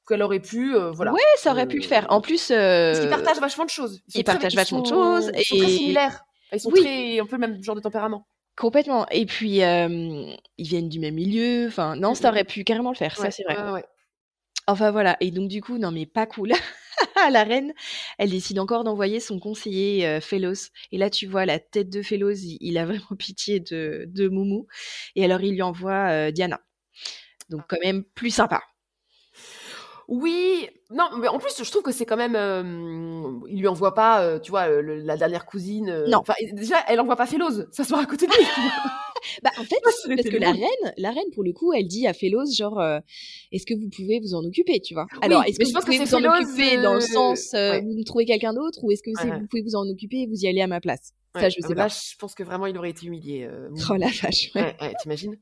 [SPEAKER 1] qu'elle aurait pu. euh, voilà.
[SPEAKER 6] Ouais, ça aurait pu le faire. En plus,
[SPEAKER 1] Parce qu'ils
[SPEAKER 6] euh,
[SPEAKER 1] partagent vachement de choses.
[SPEAKER 6] ils
[SPEAKER 1] très-
[SPEAKER 6] partagent vachement de
[SPEAKER 1] sont-
[SPEAKER 6] choses
[SPEAKER 1] Ils sont très
[SPEAKER 6] et-
[SPEAKER 1] similaires. Ils sont
[SPEAKER 6] Oui.
[SPEAKER 1] très, un peu le même genre de tempérament.
[SPEAKER 6] complètement. Et puis, euh, ils viennent du même milieu. Enfin, non, ça aurait pu carrément le faire.
[SPEAKER 1] Ouais,
[SPEAKER 6] ça, c'est vrai.
[SPEAKER 1] ouais, ouais.
[SPEAKER 6] Enfin voilà. Et donc du coup, non mais pas cool. la reine, elle décide encore d'envoyer son conseiller euh, Phélos. Et là, tu vois la tête de Phélos. Il, il a vraiment pitié de, de Moumou. Et alors, il lui envoie euh, Diana. Donc quand même plus sympa.
[SPEAKER 1] Oui, non, mais en plus, je trouve que c'est quand même. euh, il lui envoie pas, euh, tu vois, le- le- la dernière cousine. euh,
[SPEAKER 6] Non.
[SPEAKER 1] enfin, déjà, elle envoie pas Félose s'asseoir à côté de lui.
[SPEAKER 6] Bah, en fait,
[SPEAKER 1] Parce que
[SPEAKER 6] parce que
[SPEAKER 1] t'es
[SPEAKER 6] la
[SPEAKER 1] loin.
[SPEAKER 6] reine, la reine, pour le coup, elle dit à Phélos, genre, euh, est-ce que vous pouvez vous en occuper, tu vois Alors,
[SPEAKER 1] Oui,
[SPEAKER 6] est-ce que
[SPEAKER 1] mais je
[SPEAKER 6] vous
[SPEAKER 1] pense que
[SPEAKER 6] pouvez
[SPEAKER 1] c'est
[SPEAKER 6] vous en
[SPEAKER 1] Phélos,
[SPEAKER 6] occuper dans le
[SPEAKER 1] euh,
[SPEAKER 6] sens, euh,
[SPEAKER 1] ouais.
[SPEAKER 6] vous me trouvez quelqu'un d'autre, ou est-ce que c'est
[SPEAKER 1] Ouais.
[SPEAKER 6] vous pouvez vous en occuper et vous y allez à ma place Ça,
[SPEAKER 1] Ouais,
[SPEAKER 6] je
[SPEAKER 1] ah,
[SPEAKER 6] sais
[SPEAKER 1] Là,
[SPEAKER 6] pas.
[SPEAKER 1] je pense que vraiment, il aurait été humilié. euh,
[SPEAKER 6] Oh la vache, ouais.
[SPEAKER 1] Ouais, ouais, t'imagines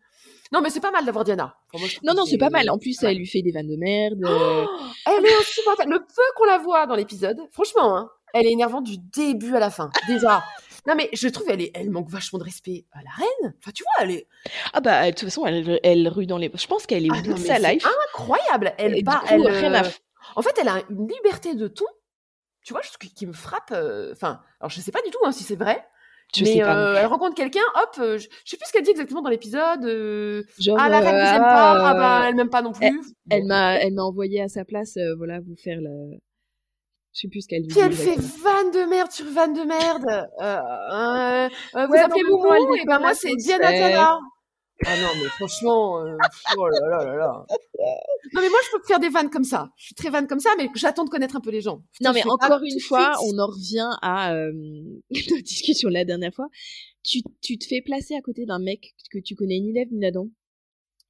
[SPEAKER 1] Non, mais c'est pas mal d'avoir Diana. Enfin, moi, je trouve
[SPEAKER 6] Non,
[SPEAKER 1] que
[SPEAKER 6] non, c'est pas mal. En plus, elle lui fait des vannes de merde. euh,
[SPEAKER 1] Elle est insupportable. Le peu qu'on la voit dans l'épisode, franchement, hein, elle est énervante du début à la fin. Déjà. Non, mais je trouve elle est, elle manque vachement de respect à la reine. Enfin, tu vois, elle est.
[SPEAKER 6] Ah bah, de toute façon, elle, elle rue dans les... Je pense qu'elle est au
[SPEAKER 1] Ah
[SPEAKER 6] bout
[SPEAKER 1] non,
[SPEAKER 6] de
[SPEAKER 1] mais
[SPEAKER 6] sa
[SPEAKER 1] c'est
[SPEAKER 6] life.
[SPEAKER 1] Incroyable. Elle
[SPEAKER 6] Et du
[SPEAKER 1] bat-
[SPEAKER 6] coup,
[SPEAKER 1] elle,
[SPEAKER 6] rien à
[SPEAKER 1] euh,
[SPEAKER 6] f-
[SPEAKER 1] En fait, elle a une liberté de ton, tu vois, je- qui, qui me frappe. euh, Enfin, alors je sais pas du tout hein, si c'est vrai.
[SPEAKER 6] Je
[SPEAKER 1] mais
[SPEAKER 6] sais pas non
[SPEAKER 1] euh,
[SPEAKER 6] plus.
[SPEAKER 1] elle rencontre quelqu'un, hop, euh, je je sais plus ce qu'elle dit exactement dans l'épisode. euh,
[SPEAKER 6] Genre,
[SPEAKER 1] ah, la reine
[SPEAKER 6] euh,
[SPEAKER 1] vous aime
[SPEAKER 6] ah,
[SPEAKER 1] pas, ah bah elle m'aime pas non
[SPEAKER 6] elle-
[SPEAKER 1] plus.
[SPEAKER 6] Eh, Elle m'a, elle m'a envoyé à sa place, euh, voilà, vous faire le... Je sais plus ce qu'elle dit.
[SPEAKER 1] Puis elle fait
[SPEAKER 6] exactement.
[SPEAKER 1] vanne de merde sur vanne de merde. Euh, euh, euh, vous
[SPEAKER 6] Ouais, mais en
[SPEAKER 1] appelez
[SPEAKER 6] même temps, elle
[SPEAKER 1] Moumou, et
[SPEAKER 6] déconne
[SPEAKER 1] ben
[SPEAKER 6] la
[SPEAKER 1] moi c'est
[SPEAKER 6] sauce,
[SPEAKER 1] Diana
[SPEAKER 6] elle.
[SPEAKER 1] Diana. Ah non, mais franchement, euh, pff, oh là là là là. Non, mais moi je peux faire des vannes comme ça. Je suis très vanne comme ça, mais j'attends de connaître un peu les gens. Je
[SPEAKER 6] Non, mais
[SPEAKER 1] fais pas
[SPEAKER 6] encore
[SPEAKER 1] tout
[SPEAKER 6] une
[SPEAKER 1] de
[SPEAKER 6] fois,
[SPEAKER 1] suite.
[SPEAKER 6] on en revient à euh, notre discussion de la dernière fois. Tu, tu te fais placer à côté d'un mec que tu connais ni lèvres ni la dent.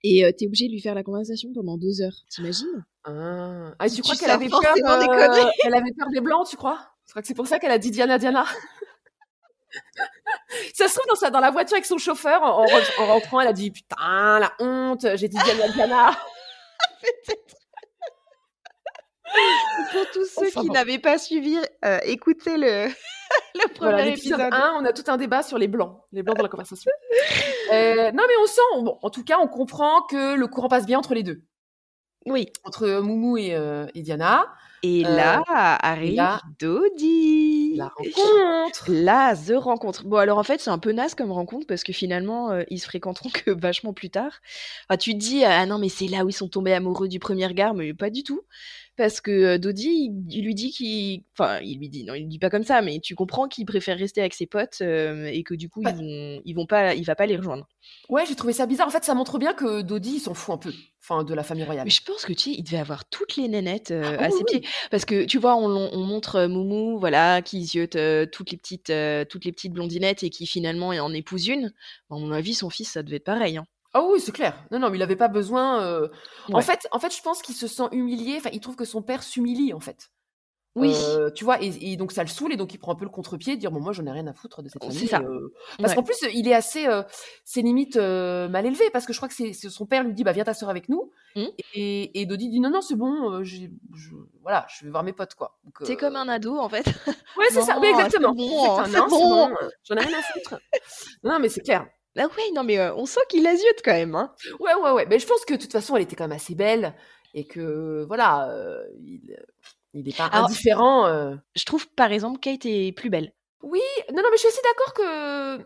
[SPEAKER 6] Et euh, t'es obligé de lui faire la conversation pendant deux heures. T'imagines
[SPEAKER 1] Ah, Ah, tu crois
[SPEAKER 6] tu
[SPEAKER 1] qu'elle
[SPEAKER 6] sors
[SPEAKER 1] avait peur
[SPEAKER 6] forcément des
[SPEAKER 1] euh,
[SPEAKER 6] conneries.
[SPEAKER 1] Elle avait peur des blancs, tu crois Tu crois que c'est pour ça qu'elle a dit Diana Diana Ça se trouve dans, sa- dans la voiture avec son chauffeur, en, en re- en rentrant, elle a dit putain la honte, j'ai dit Diana Diana.
[SPEAKER 6] Pour tous ceux
[SPEAKER 1] Enfin
[SPEAKER 6] qui
[SPEAKER 1] bon.
[SPEAKER 6] n'avaient pas suivi, euh, écoutez le, Le
[SPEAKER 1] Voilà,
[SPEAKER 6] premier
[SPEAKER 1] l'épisode
[SPEAKER 6] épisode.
[SPEAKER 1] 1, on a tout un débat sur les blancs, les blancs dans la conversation. Euh, non, mais on sent, on- bon, en tout cas, on comprend que le courant passe bien entre les deux.
[SPEAKER 6] Oui.
[SPEAKER 1] Entre euh, Moumou et, euh, et Diana.
[SPEAKER 6] Et
[SPEAKER 1] Euh,
[SPEAKER 6] là
[SPEAKER 1] et
[SPEAKER 6] arrive
[SPEAKER 1] là,
[SPEAKER 6] Dodi.
[SPEAKER 1] La rencontre.
[SPEAKER 6] La the rencontre. Bon alors en fait c'est un peu naze comme rencontre parce que finalement euh, ils se fréquenteront que vachement plus tard. Enfin, tu te dis ah non mais c'est là où ils sont tombés amoureux du premier regard mais pas du tout parce que euh, Dodi il, il lui dit qu'il enfin il lui dit non il lui dit pas comme ça mais tu comprends qu'il préfère rester avec ses potes euh, et que du coup ils vont ils vont pas il va pas les rejoindre.
[SPEAKER 1] Ouais, j'ai trouvé ça bizarre. En fait, ça montre bien que Dodi, il s'en fout un peu, enfin, de la famille royale.
[SPEAKER 6] Mais je pense que tu sais, il devait avoir toutes les nénettes euh,
[SPEAKER 1] bah. Ah
[SPEAKER 6] à
[SPEAKER 1] oui,
[SPEAKER 6] ses pieds. Parce que tu vois, on, l'on- on montre euh, Moumou, voilà, qui ziote euh, toutes, les petites, euh, toutes les petites blondinettes et qui finalement en épouse une. Bon, à mon avis, son fils, ça devait être pareil. hein.
[SPEAKER 1] Ah oui, c'est clair. Non, non, mais il n'avait pas besoin. euh, En
[SPEAKER 6] Ouais.
[SPEAKER 1] fait, en fait, je pense qu'il se sent humilié. Enfin, il trouve que son père s'humilie, en fait.
[SPEAKER 6] Oui.
[SPEAKER 1] Euh, tu vois, et, et donc ça le saoule, et donc il prend un peu le contre-pied, de dire bon, moi, j'en ai rien à foutre de cette
[SPEAKER 6] C'est
[SPEAKER 1] famille.
[SPEAKER 6] ça.
[SPEAKER 1] euh. Parce
[SPEAKER 6] Ouais.
[SPEAKER 1] qu'en plus, il est assez, euh, c'est limite euh, mal élevé, parce que je crois que c'est c'est son père lui dit bah viens ta soeur avec nous,
[SPEAKER 6] Mmh.
[SPEAKER 1] et, et Dodi dit non non c'est bon, euh, j'ai- je, voilà, je vais voir mes potes quoi. Donc,
[SPEAKER 6] T'es
[SPEAKER 1] euh,
[SPEAKER 6] comme un ado, en fait.
[SPEAKER 1] Ouais, c'est ça,
[SPEAKER 6] Non,
[SPEAKER 1] oui, exactement.
[SPEAKER 6] C'est
[SPEAKER 1] C'est
[SPEAKER 6] bon,
[SPEAKER 1] un
[SPEAKER 6] c'est
[SPEAKER 1] nain, c'est
[SPEAKER 6] bon.
[SPEAKER 1] bon, euh, j'en ai rien à foutre. Non, mais c'est clair.
[SPEAKER 6] Bah oui, non, mais euh, on sent qu'il a ziote quand même. Hein.
[SPEAKER 1] Ouais, ouais, ouais. Mais je pense que de toute façon, elle était quand même assez belle et que voilà, euh, il, il est pas
[SPEAKER 6] Alors,
[SPEAKER 1] indifférent.
[SPEAKER 6] Je trouve, par exemple, Kate est plus belle.
[SPEAKER 1] Oui, non, non, mais je suis aussi d'accord que.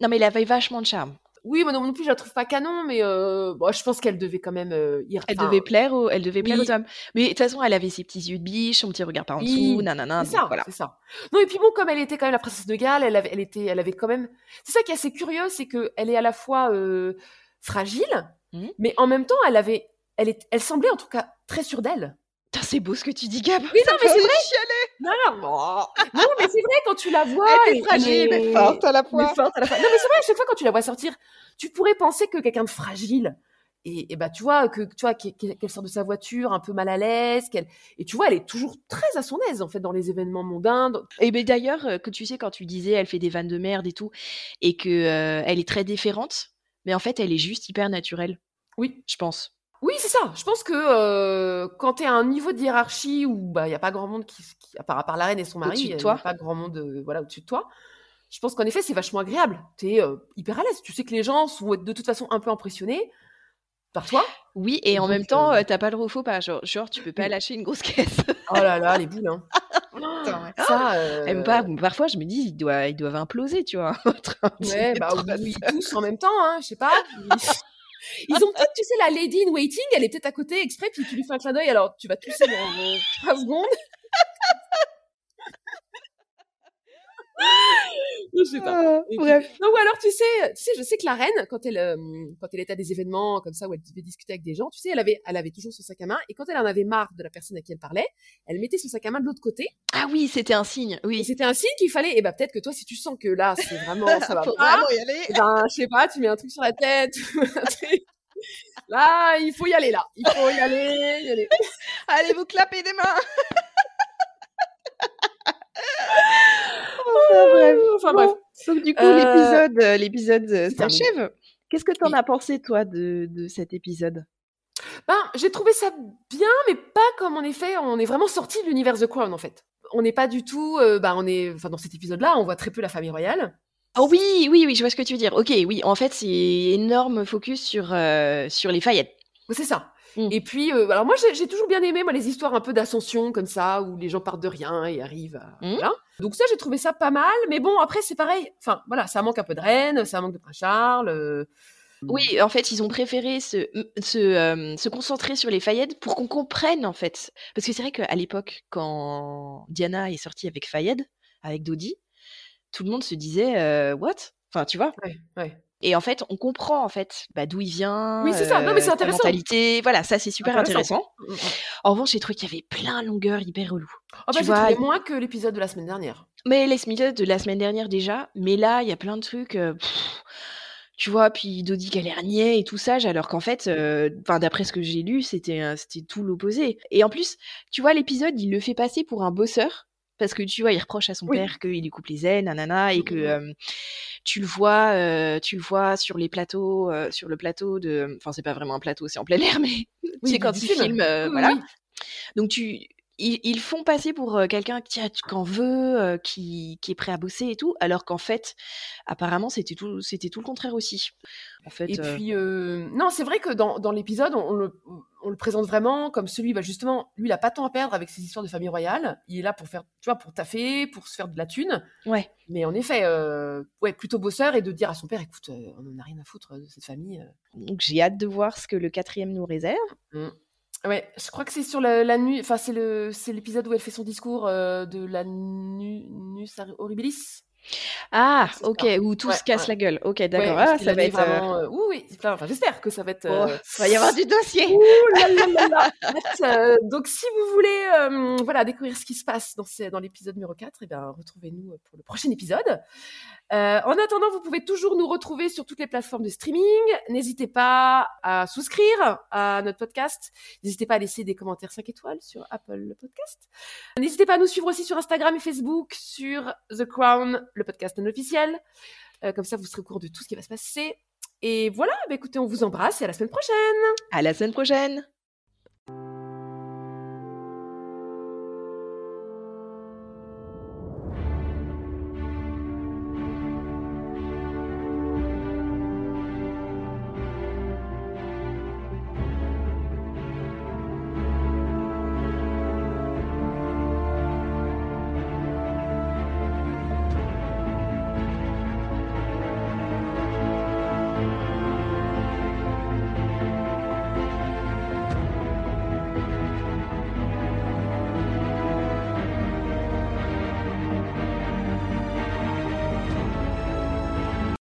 [SPEAKER 6] Non, mais il avait vachement de charme.
[SPEAKER 1] Oui, moi non, non plus, je la trouve pas canon, mais euh, bon, je pense qu'elle devait quand même. euh, y-
[SPEAKER 6] Elle
[SPEAKER 1] enfin,
[SPEAKER 6] devait plaire au, elle devait plaire
[SPEAKER 1] oui.
[SPEAKER 6] aux hommes. Mais de toute façon, elle avait ses petits yeux de biche, son petit regard par en
[SPEAKER 1] Oui,
[SPEAKER 6] dessous, nanana.
[SPEAKER 1] c'est
[SPEAKER 6] donc
[SPEAKER 1] ça,
[SPEAKER 6] voilà.
[SPEAKER 1] c'est ça. Non, et puis bon, comme elle était quand même la princesse de Galles, elle avait, elle était, elle avait quand même. C'est ça qui est assez curieux, c'est que elle est à la fois euh, fragile, mais en même temps, elle avait, elle est, elle semblait en tout cas très sûre d'elle.
[SPEAKER 6] Putain, c'est beau ce que tu dis, Gab.
[SPEAKER 1] Mais
[SPEAKER 6] Ça
[SPEAKER 1] non,
[SPEAKER 6] me
[SPEAKER 1] mais
[SPEAKER 6] fait
[SPEAKER 1] c'est vrai.
[SPEAKER 6] chialer.
[SPEAKER 1] Non, non, non. Non, mais c'est vrai quand tu la vois.
[SPEAKER 6] Elle est fragile, mais forte à la fois.
[SPEAKER 1] mais forte à la fois. Non, mais c'est vrai à chaque fois quand tu la vois sortir, tu pourrais penser que quelqu'un de fragile. Et, et bah tu vois que tu vois qu'elle qu'elle sort de sa voiture un peu mal à l'aise, qu'elle et tu vois elle est toujours très à son aise en fait dans les événements mondains. dans-
[SPEAKER 6] Et ben d'ailleurs, euh, que tu sais, quand tu disais, elle fait des vannes de merde et tout, et que euh, elle est très déférente, mais en fait, elle est juste hyper naturelle.
[SPEAKER 1] Oui,
[SPEAKER 6] je pense.
[SPEAKER 1] Oui, c'est ça. Je pense que euh, quand tu es à un niveau de hiérarchie où bah, il n'y a pas grand monde, qui, qui- à, part, à part la reine et son mari,
[SPEAKER 6] Au-dessus de
[SPEAKER 1] il n'y a
[SPEAKER 6] toi.
[SPEAKER 1] pas grand monde euh, voilà, au-dessus de toi, je pense qu'en effet, c'est vachement agréable. Tu es hyper à l'aise. Tu sais que les gens sont de toute façon un peu impressionnés par toi.
[SPEAKER 6] Oui, Euh. et en
[SPEAKER 1] Donc,
[SPEAKER 6] même temps, euh, t'as pas le refaux pas. Genre, genre, tu peux pas lâcher une grosse caisse.
[SPEAKER 1] Oh là là, les boules, hein. Ça, euh,
[SPEAKER 6] Même pas, parfois, je me dis, ils doivent, ils doivent imploser, tu vois. en train de
[SPEAKER 1] Ouais, bah
[SPEAKER 6] mettre la
[SPEAKER 1] oui,
[SPEAKER 6] peur.
[SPEAKER 1] tous en même temps, hein, je sais pas. Ils ont peut-être, tu sais, la lady in waiting, elle est peut-être à côté exprès, puis tu lui fais un clin d'œil, alors tu vas tousser dans euh, trois secondes. je sais pas.
[SPEAKER 6] Ah, bref.
[SPEAKER 1] Non, ou alors, tu sais, tu sais, je sais que la reine, quand elle, euh, quand elle était à des événements comme ça où elle devait discuter avec des gens, tu sais, elle avait, elle avait toujours son sac à main, et quand elle en avait marre de la personne à qui elle parlait, elle mettait son sac à main de l'autre côté.
[SPEAKER 6] Ah oui, c'était un signe. Oui. Ah,
[SPEAKER 1] C'était un signe qu'il fallait. Et bah peut-être que toi, si tu sens que là, c'est vraiment, ça va
[SPEAKER 6] Faut
[SPEAKER 1] pas.
[SPEAKER 6] vraiment y aller.
[SPEAKER 1] eh Ben, je sais pas, tu mets un truc sur la tête. là, il faut y aller là. Il faut y aller. y aller.
[SPEAKER 6] Allez, vous clapez des mains. Enfin, bref.
[SPEAKER 1] Enfin,
[SPEAKER 6] Bon.
[SPEAKER 1] Ah, bref.
[SPEAKER 6] Donc du coup,
[SPEAKER 1] Euh,
[SPEAKER 6] l'épisode, euh, l'épisode euh,
[SPEAKER 1] terminé.
[SPEAKER 6] s'achève. Qu'est-ce que t'en as pensé, toi, de, de cet épisode
[SPEAKER 1] Ben, j'ai trouvé ça bien, mais pas comme en effet, on est vraiment sorti de l'univers The Crown en fait. On n'est pas du tout, euh, bah, on est, enfin dans cet épisode-là, on voit très peu la famille royale.
[SPEAKER 6] Oh oui, oui, oui, je vois ce que tu veux dire. Ok, oui, en fait, c'est énorme focus sur, euh, sur les faillettes.
[SPEAKER 1] C'est ça. Et puis, euh, alors moi, j'ai j'ai toujours bien aimé moi, les histoires un peu d'ascension comme ça, où les gens partent de rien et arrivent. à- voilà. Donc ça, j'ai trouvé ça pas mal. Mais bon, après, c'est pareil. Enfin, voilà, ça manque un peu de Reine, ça manque de Prince Charles. euh,
[SPEAKER 6] Oui, en fait, ils ont préféré se, m- se, euh, se concentrer sur les faillettes pour qu'on comprenne, en fait. Parce que c'est vrai qu'à l'époque, quand Diana est sortie avec Fayed, avec Dodi, tout le monde se disait euh, What Enfin, tu vois
[SPEAKER 1] ouais.
[SPEAKER 6] Et en fait, on comprend en fait bah, d'où il vient, euh,
[SPEAKER 1] Oui, c'est ça. Non, mais c'est
[SPEAKER 6] sa
[SPEAKER 1] intéressant.
[SPEAKER 6] mentalité, voilà, ça c'est super
[SPEAKER 1] Intéressant.
[SPEAKER 6] intéressant. En revanche, j'ai trouvé qu'il y avait plein de longueurs hyper relou.
[SPEAKER 1] Ah bah, j'ai trouvé moins que l'épisode de la semaine dernière.
[SPEAKER 6] Mais les Smithers de la semaine dernière déjà, mais là, il y a plein de trucs. euh, pff, tu vois, puis Dodi galère niais et tout ça, alors qu'en fait, euh, 'fin, d'après ce que j'ai lu, c'était euh, c'était tout l'opposé. Et en plus, tu vois, l'épisode, il le fait passer pour un bosseur, parce que tu vois, il reproche à son
[SPEAKER 1] Oui.
[SPEAKER 6] père qu'il lui coupe les ailes, nanana, et que
[SPEAKER 1] Mhm.
[SPEAKER 6] euh, tu le vois, euh, tu le vois sur les plateaux, euh, sur le plateau de, enfin, c'est pas vraiment un plateau, c'est en plein air, mais
[SPEAKER 1] Oui,
[SPEAKER 6] c'est quand
[SPEAKER 1] du
[SPEAKER 6] il
[SPEAKER 1] film.
[SPEAKER 6] filme, euh,
[SPEAKER 1] Oui,
[SPEAKER 6] voilà.
[SPEAKER 1] oui.
[SPEAKER 6] Donc tu, ils, ils font passer pour euh, quelqu'un qui a- qu'en veut, euh, qui, qui est prêt à bosser et tout, alors qu'en fait, apparemment, c'était tout, c'était tout le contraire aussi. En fait,
[SPEAKER 1] Et
[SPEAKER 6] euh,
[SPEAKER 1] puis, euh, non, c'est vrai que dans, dans l'épisode, on, on le, on le présente vraiment comme celui, bah justement, lui, il a pas tant à perdre avec ses histoires de famille royale. Il est là pour faire, tu vois, pour taffer, pour se faire de la thune.
[SPEAKER 6] Ouais.
[SPEAKER 1] Mais en effet, euh, ouais, plutôt bosseur et de dire à son père, écoute, euh, on n'en a rien à foutre de cette famille.
[SPEAKER 6] donc j'ai hâte de voir ce que le quatrième nous réserve.
[SPEAKER 1] euh. Mm. Ouais, je crois que c'est sur la, la nuit, enfin, c'est le, c'est l'épisode où elle fait son discours euh, de la nu, nus horribilis.
[SPEAKER 6] Ah,
[SPEAKER 1] C'est
[SPEAKER 6] ok,
[SPEAKER 1] ça.
[SPEAKER 6] où tout
[SPEAKER 1] Ouais,
[SPEAKER 6] se casse
[SPEAKER 1] ouais.
[SPEAKER 6] la gueule. Ok, d'accord.
[SPEAKER 1] Ouais, parce
[SPEAKER 6] Ah,
[SPEAKER 1] qu'il
[SPEAKER 6] ça
[SPEAKER 1] a
[SPEAKER 6] va
[SPEAKER 1] dit
[SPEAKER 6] être.
[SPEAKER 1] vraiment,
[SPEAKER 6] euh,
[SPEAKER 1] euh, oui, oui, enfin, enfin, j'espère que ça va être.
[SPEAKER 6] bon,
[SPEAKER 1] euh,
[SPEAKER 6] va y avoir du dossier.
[SPEAKER 1] Ouh là là là là. Euh, donc, si vous voulez euh, voilà, découvrir ce qui se passe dans, ce- dans l'épisode numéro 4, et bien, retrouvez-nous euh, pour le prochain épisode. Euh, en attendant, vous pouvez toujours nous retrouver sur toutes les plateformes de streaming. N'hésitez pas à souscrire à notre podcast. N'hésitez pas à laisser des commentaires 5 étoiles sur Apple Podcast. N'hésitez pas à nous suivre aussi sur Instagram et Facebook, sur The Crown, le podcast non officiel. Euh, comme ça, vous serez au courant de tout ce qui va se passer. Et voilà, bah, écoutez, on vous embrasse et à la semaine prochaine.
[SPEAKER 6] À la semaine prochaine.